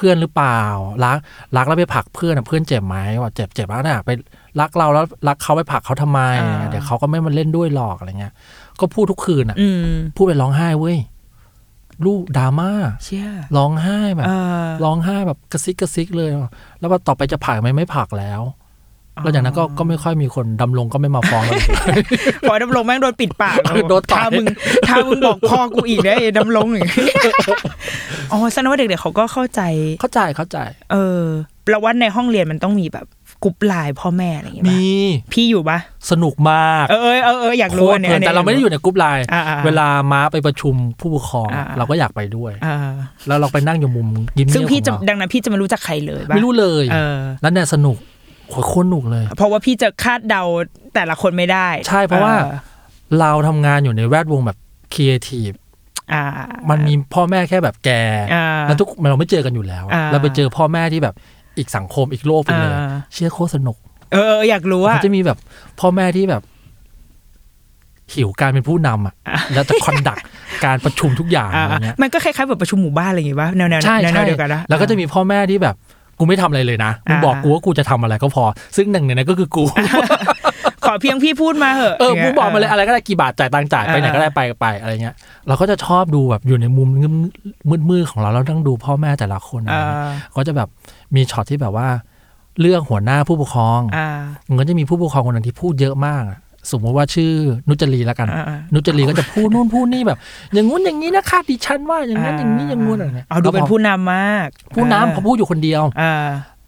Speaker 3: เพื่อนหรือเปล่า รักรักแล้วไปผลักเพื่อนอะเพื่อนเจ็บไหมว่าเจ็บเจ็บแล้วน่ะไปรักเราแล้วรักเขาไปผลักเขาทำไม
Speaker 2: อ่า
Speaker 3: เดี๋ยวเขาก็ไม่มาเล่นด้วยหรอกอะไรเงี้ย ก็พูดทุกคืนอ่ะ
Speaker 2: อืม
Speaker 3: พูดไปร้องไห้เว้ยลูกดราม่า
Speaker 2: เชี่ย
Speaker 3: ร้องไห้แบบ
Speaker 2: เออ
Speaker 3: ร้องไห้แบบกระซิกกระซิกเลย แล้วว่าต่อไปจะผลักไหมไม่ผลักแล้ว แล้วจากนั้นก็ก็ไม่ค่อยมีคนดำรงก็ไม่มาฟ้องเราอีก
Speaker 2: พอดำรงแม่งโดนปิดปาก
Speaker 3: โดนต่อย
Speaker 2: ถ้ามึงถ้ามึงบอกพ่อกูอีกนะไอ้ดำรงอย่างเงี้ยอ๋อแสดงว่าเด็กๆเขาก็ เข้าใจ
Speaker 3: เข้าใจเข้าใจ
Speaker 2: เออเราว่าในห้องเรียนมันต้องมีแบบกรุ๊ปไลน์พ่อแม่อะไรอย่างเงี้ยปะ
Speaker 3: มี
Speaker 2: พี่อยู่ปะ
Speaker 3: สนุกมาก
Speaker 2: เออเออเออเอออยาก
Speaker 3: โค
Speaker 2: รู้
Speaker 3: ตร
Speaker 2: อัน
Speaker 3: เพ
Speaker 2: เนี้ยอันนี้ย
Speaker 3: ลินแต่เราไม่ได้อยู่ในกรุ๊ปไลน์
Speaker 2: อ่าอ่า
Speaker 3: เวลาม้าไปประชุมผู้ปกครอง
Speaker 2: อ่าอ่า
Speaker 3: เราก็อยากไปด้วย
Speaker 2: อ่า
Speaker 3: แล้วเราไปนั่งอยู่มุมยิ้ม
Speaker 2: ซึ่ง
Speaker 3: เงียบ
Speaker 2: พี่จะ
Speaker 3: ของเรา
Speaker 2: ดังนั้นพี่จะไม่รู้จักใครเลยปะ
Speaker 3: ไม่รู้เลย
Speaker 2: เออ
Speaker 3: แล้วเนี่ยสนุกโอ้ยโคตรสนุกเลย
Speaker 2: เพราะว่าพี่จะคาดเดาแต่ละคนไม่ได้
Speaker 3: ใช่เพราะว่า
Speaker 2: ออ
Speaker 3: เราทำงานอยู่ในแวดวงแบบครีเอทีฟ
Speaker 2: อ่า
Speaker 3: มันมีพ่อแม่แค่แบบแก
Speaker 2: อ่า
Speaker 3: แล้วทุกเราไม่เจอกันอยู่แล้วอะ
Speaker 2: อ่า
Speaker 3: เราไปเจอพ่อแม่ที่แบบอีกสังคมอีกโลกไปเลย
Speaker 2: อ่า
Speaker 3: เชื่อโคตรสนุก
Speaker 2: เออเอออยากรู้ว่า
Speaker 3: เขาจะมีแบบพ่อแม่ที่แบบ หิวการเป็นผู้นำอ่ะ แล้วจะคอนดัก การประชุมทุกอย่าง
Speaker 2: อ่า
Speaker 3: อะไรเงี้ย
Speaker 2: มันก็คล้ายๆแบบประชุมหมู่บ้านอะไรอย่างงี้ป่ะแนวๆแนว
Speaker 3: ใช่
Speaker 2: แน
Speaker 3: ใช่
Speaker 2: วเดียวกันนะ
Speaker 3: แล้วก็จะมีพ่อแม่ที่แบบ กูไม่ทำอะไรเลยนะมึง
Speaker 2: อ่า
Speaker 3: บอกกูว่ากูจะทำอะไรก็พอ ซึ่งหนึ่งในนั้นก็ คือกู
Speaker 2: ขอเพียงพี่พูดมาเหอะ
Speaker 3: เออ
Speaker 2: นี่ย
Speaker 3: มึงบอกมาเลยอะไรก็ได้กี่บาทจ่ายตังค์จ่ายไปไหน
Speaker 2: อ่า
Speaker 3: ก็ได้ไปไปอะไรเงี้ย เราก็จะชอบดูแบบอยู่ในมุมมืดๆของเราแล้วนั่งดูพ่อแม่แต่ละคนอะไร
Speaker 2: อ่า
Speaker 3: เงี้ย ก็จะแบบมีช็อตที่แบบว่าเลือกหัวหน้าผู้ปกครอง
Speaker 2: อ่า
Speaker 3: มันก็จะมีผู้ปกครองคนหนึ่งที่พูดเยอะมากอะสมมติว่าชื่อนุจรีแล้วกัน
Speaker 2: อ่าอ่า
Speaker 3: นุจรีก็จะพูดนู่นพูดนี่แบบ อย่างงู้นอย่างนี้นะคะดิฉันว่าอย่างนั้นอย่างนี้อย่างงู้นอะไรเงี้ย
Speaker 2: เอาดูเป็นผู้นำมาก
Speaker 3: ผู้
Speaker 2: อ่า
Speaker 3: น้ำเขาพูดอยู่คนเดียว
Speaker 2: อ่า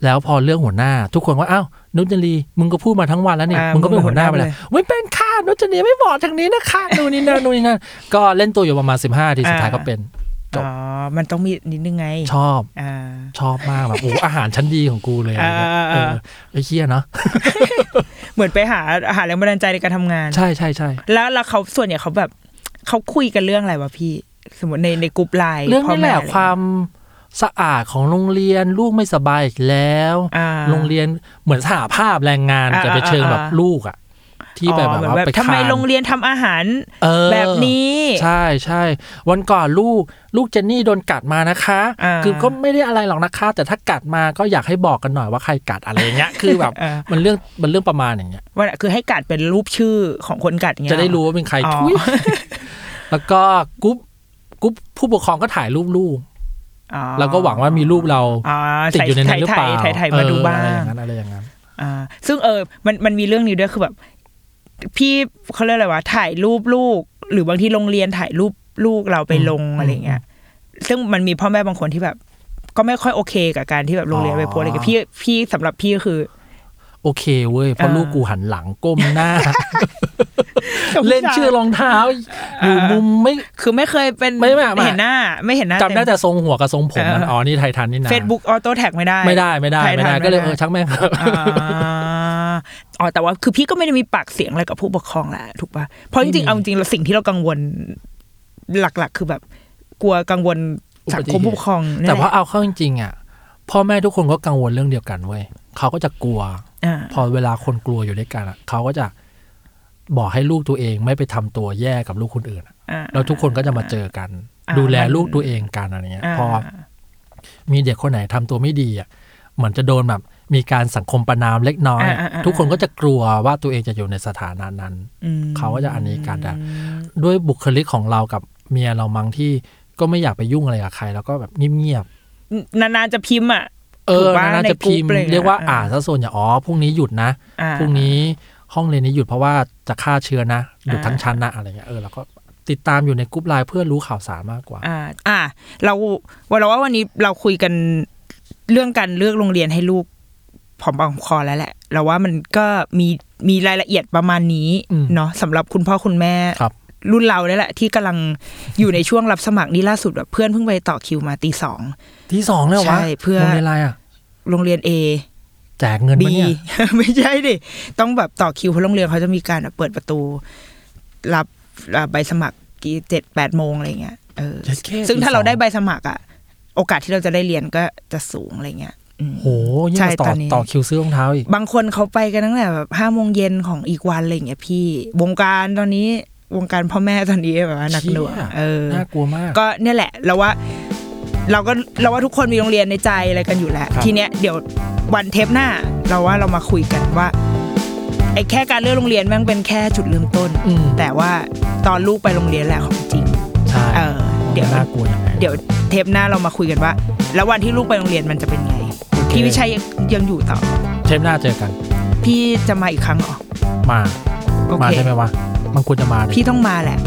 Speaker 3: แล้วพอเรื่องหัวหน้า ทุกคนว่าอ้าวนุจรีมึงก็พูดมาทั้งวันแล้วนี่
Speaker 2: อ่ามึ
Speaker 3: มึงก็เป็นหัวหน้าไปเลย
Speaker 2: มึงเป็นหัวหน้าไปเลย
Speaker 3: ไม่เป็นค่ะนุจรีไม่บอกทางนี้นะคะนู่นนี่นั่นนู่นนี่นั่นก็เล่นตัวอยู่ประมาณสิบห้าทีสุดท้าย
Speaker 2: อ่า
Speaker 3: ก็เป็น จบ
Speaker 2: อ๋อมันต้องมีนิดนึงไง
Speaker 3: ชอบ
Speaker 2: อ่า
Speaker 3: ชอบมากแบบโอ้โห อาหารชั้นดีของกูเลยอะไรเงี้ย
Speaker 2: อ่า
Speaker 3: เอ
Speaker 2: อ่า
Speaker 3: อ
Speaker 2: อ่า
Speaker 3: ไอ้เคี้ยเนาะ
Speaker 2: เหมือนไปหาหาแรงบันดาลใจในการทำงาน
Speaker 3: ใช่ใช่ใช่
Speaker 2: แล้วแล้วเขาส่วนใหญ่เขาแบบเขาคุยกันเรื่องอะไรวะพี่ สมมติในในกลุ่มไลน์
Speaker 3: เรื่องนี้แห
Speaker 2: พ่
Speaker 3: ละ
Speaker 2: อม่
Speaker 3: ความสะอาดของโรงเรียนลูกไม่สบายอีกแล้ว
Speaker 2: อ่า
Speaker 3: โรงเรียนเหมือนสหภาพแรงงาน
Speaker 2: อ่า
Speaker 3: จะไปเชิงแบบ
Speaker 2: อ่าอ่า
Speaker 3: ลูกอ่ะ ที่แบบ
Speaker 2: อ๋อ
Speaker 3: แบบว่า
Speaker 2: เหมือน
Speaker 3: ไป
Speaker 2: ทำไม
Speaker 3: คาน
Speaker 2: โรงเรียนทำอาหาร
Speaker 3: เออ
Speaker 2: แบบนี้
Speaker 3: ใช่ใช่วันก่อนลูกลูกเจนนี่โดนกัดมานะคะ
Speaker 2: อ่า
Speaker 3: คือก็ไม่ได้อะไรหรอกนะคะ แต่ถ้ากัดมาก็อยากให้บอกกันหน่อยว่าใครกัดอะไรอย่างเงี้ ย คือแบบ
Speaker 2: เออ
Speaker 3: มันเรื่องมันเรื่องประมาณอย่างเงี้ย
Speaker 2: ว่าคือให้กัดเป็นรูปชื่อของคนกัดเงี้ย
Speaker 3: จะได้รู้ว่าเป็นใคร
Speaker 2: อ๋อ
Speaker 3: ทุย แล้วก็กรุ๊ปกรุ๊ปผู้ปกครองก็ถ่ายรูปลูก
Speaker 2: อ๋อ
Speaker 3: แล้วก็หวังว่ามีรูปเรา
Speaker 2: อ๋อ
Speaker 3: ติดอยู่ในนั้นหรือเปล่า
Speaker 2: ถ่ายถ่ายๆมาดูบ้า
Speaker 3: เอออะไรอง ย่างนั้นอะไรอย่างนั้น
Speaker 2: อ่าซึ่งเออมันมันมีเรื่องนี้ด้วยคือแบบ พี่เขาเรียกอะไรวะถ่ายรูปลูก หรือบางที่โรงเรียนถ่ายรูปลูกเราไปลง
Speaker 3: อืม
Speaker 2: อะไรเงี้ยซึ่งมันมีพ่อแม่บางคนที่แบบ ก็ไม่ค่อยโอเคกับการที่แบบโรงเรียนไปโพสต์อะไร
Speaker 3: อ๋อ
Speaker 2: เงี้ยพี่พี่สำหรับพี่คือ
Speaker 3: โอเคเว้ยเพราะ
Speaker 2: อ่า
Speaker 3: ลูกกูหันหลังก้ม หน้า เล่นชื่อรองเท้า อยู่มุมไม่
Speaker 2: คือไม่เคยเป็น
Speaker 3: ไม่ไม่ไม่
Speaker 2: เห็นหน้า ไม่เห็นหน้า
Speaker 3: จำได้
Speaker 2: เต็ม
Speaker 3: แต่ทรงหัวกับทรงผมมั
Speaker 2: เอ
Speaker 3: น
Speaker 2: ออ๋
Speaker 3: อ๋อนี่ไททันนี่นะ
Speaker 2: Facebook ออโต้แท็กไม่ได้
Speaker 3: ไม่ได้ไม่ได้
Speaker 2: ไททัน
Speaker 3: ไม่ได้
Speaker 2: ไม่ได้
Speaker 3: ก็เลยเออชักแม่ง
Speaker 2: อ่าอ๋อแต่ว่าคือพี่ก็ไม่ได้มีปากเสียงอะไรกับผู้ปกครองแหละถูกปะเพราะจริงๆ
Speaker 3: ไม่มี
Speaker 2: เอาจริงเราสิ่งที่เรากังวลหลักๆ คือแบบ กลัวกังวลสังคมผู้
Speaker 3: อุบัติเหตุ
Speaker 2: ปกครองเนี่ย
Speaker 3: แต่ว่าเอาเข้าจริงๆอ่ะพ่อแม่ทุกคนก็กังวลเรื่องเดียวกันเว้ยเขาก็จะกลัว
Speaker 2: อ่า
Speaker 3: พอเวลาคนกลัวอยู่ด้วยกันอะเขาก็จะบอกให้ลูกตัวเองไม่ไปทำตัวแย่กับลูกคนอื่นอะ
Speaker 2: อ่า
Speaker 3: แล้วทุกคนก็จะมาเจอกัน
Speaker 2: อ่า
Speaker 3: ดูแล
Speaker 2: มัน
Speaker 3: ลูกตัวเองกันอะไรเงี้ย
Speaker 2: อ่า
Speaker 3: พอมีเด็กคนไหนทำตัวไม่ดีอะเหมือนจะโดนแบบมีการสังคมประนามเล็กน้อยอะทุกคนก็จะกลัวว่าตัวเองจะอยู่ในสถานะนั้น
Speaker 2: อืม
Speaker 3: เขาก็จะอันนี้กันแต่ด้วยบุคลิกของเรากับเมียเรามั้งที่ก็ไม่อยากไปยุ่งอะไรกับใคร แล้วก็แบบเงียบๆ
Speaker 2: นานๆจะพิมพ์อ่ะ
Speaker 3: เอ
Speaker 2: ถู
Speaker 3: อก
Speaker 2: ปะ
Speaker 3: นานๆจะ
Speaker 2: ในกรุ๊
Speaker 3: พิ
Speaker 2: ป
Speaker 3: มพ์
Speaker 2: อะไรอย่างเงี้ย
Speaker 3: เรียกว่า
Speaker 2: อ่า
Speaker 3: อ่านซะส่วนใหญ่อ๋อพรุ่งนี้หยุดนะ
Speaker 2: อ่า
Speaker 3: พรุ่งนี้ห้องเรียนนี้หยุดเพราะว่าจะฆ่าเชื้อนะหยุด
Speaker 2: อ่า
Speaker 3: ทั้งชั้นนะอะไรเงี้ยเออเราก็ติดตามอยู่ในกรุ๊ปไลน์เพื่อรู้ข่าวสารมากกว่า
Speaker 2: อ่า อ่า เราว่าเราว่าวันนี้เราคุยกันเรื่องการเลือกโรงเรียนให้ลูกผอมบางคอแล้วแหละ เราว่ามันก็มีมีรายละเอียดประมาณนี้
Speaker 3: อืม
Speaker 2: เนาะสำหรับคุณพ่อคุณแม่
Speaker 3: ครับ
Speaker 2: รุ่นเราเนี่ยแหละที่กำลังอยู่ในช่วงรับสมัครนี่ล่าสุดแบบเพื่อนเพิ่งไปต่อคิวมาตีสอง
Speaker 3: ที่สองแล้ววะ
Speaker 2: ใช่เพื่อ
Speaker 3: โรงเรียนอะไรอ่ะ
Speaker 2: โรงเรียน A
Speaker 3: แจกเงิน
Speaker 2: B
Speaker 3: ปะเนี่ย
Speaker 2: ไม่ใช่ดิต้องแบบต่อคิวเพราะโรงเรียนเขาจะมีการแบบเปิดประตู รับรับใบสมัครกี่เจ็ดแปดโมงอะไรเงี้ยเออ
Speaker 3: JK
Speaker 2: ซึ่งถ้าเรา
Speaker 3: ปีสอ
Speaker 2: ได้ใบสมัครอะโอกาสที่เราจะได้เรียนก็จะสูงอะไรเงี้ยอืม
Speaker 3: โหยิ่ง
Speaker 2: ใช่
Speaker 3: มาต่อ
Speaker 2: ตอนนี้
Speaker 3: ต่อคิวซื้อรองเท้าอีก
Speaker 2: บางคนเขาไปกันตั้งแต่แบบห้าโมงเย็นของอีกวันอะไรเงี้ยพี่ วงการตอนนี้วงการพ่อแม่ตอนนี้แบบว่าหนักหน่วง
Speaker 3: เชี่ย
Speaker 2: เออ
Speaker 3: น่ากลัวมาก
Speaker 2: ก็เนี่ยแหละเราว่าเราก็เราว่าทุกคนมีโรงเรียนในใจอะไรกันอยู่แล้ว
Speaker 3: ครับ
Speaker 2: ทีเนี้ยเดี๋ยววันเทปหน้า เราว่าเรามาคุยกันว่าไอ้แค่การเลือกโรงเรียนแม่งเป็นแค่จุดเริ่มต้น
Speaker 3: อืม
Speaker 2: แต่ว่าตอนลูกไปโรงเรียนแหละของจริง
Speaker 3: ใช่
Speaker 2: เออ เดี๋ยว
Speaker 3: น่ากลัวยังไง
Speaker 2: เดี๋ยวเทปหน้าเรามาคุยกันว่า แล้ววันที่ลูกไปโรงเรียนมันจะเป็นไง
Speaker 3: โอเค
Speaker 2: พี่วิชัยยังอยู่ต่อ
Speaker 3: เทปหน้าเจอกัน
Speaker 2: พี่ พี่จะมาอีกครั้งเหรอ
Speaker 3: มา
Speaker 2: โอ
Speaker 3: มา
Speaker 2: เค
Speaker 3: ใช่ไหมวะมันควรจะมาดิ
Speaker 2: พี่ต้องมาแหละ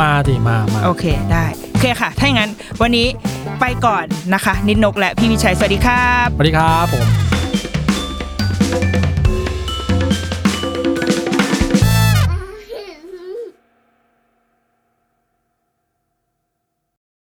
Speaker 3: มาดิมามา
Speaker 2: โอเคได้โอเคค่ะ ถ้าอย่างนั้นวันนี้ไปก่อนนะคะ นิดนกและพี่วิชัย สวัสดีครับ
Speaker 3: สวัสดีครับผม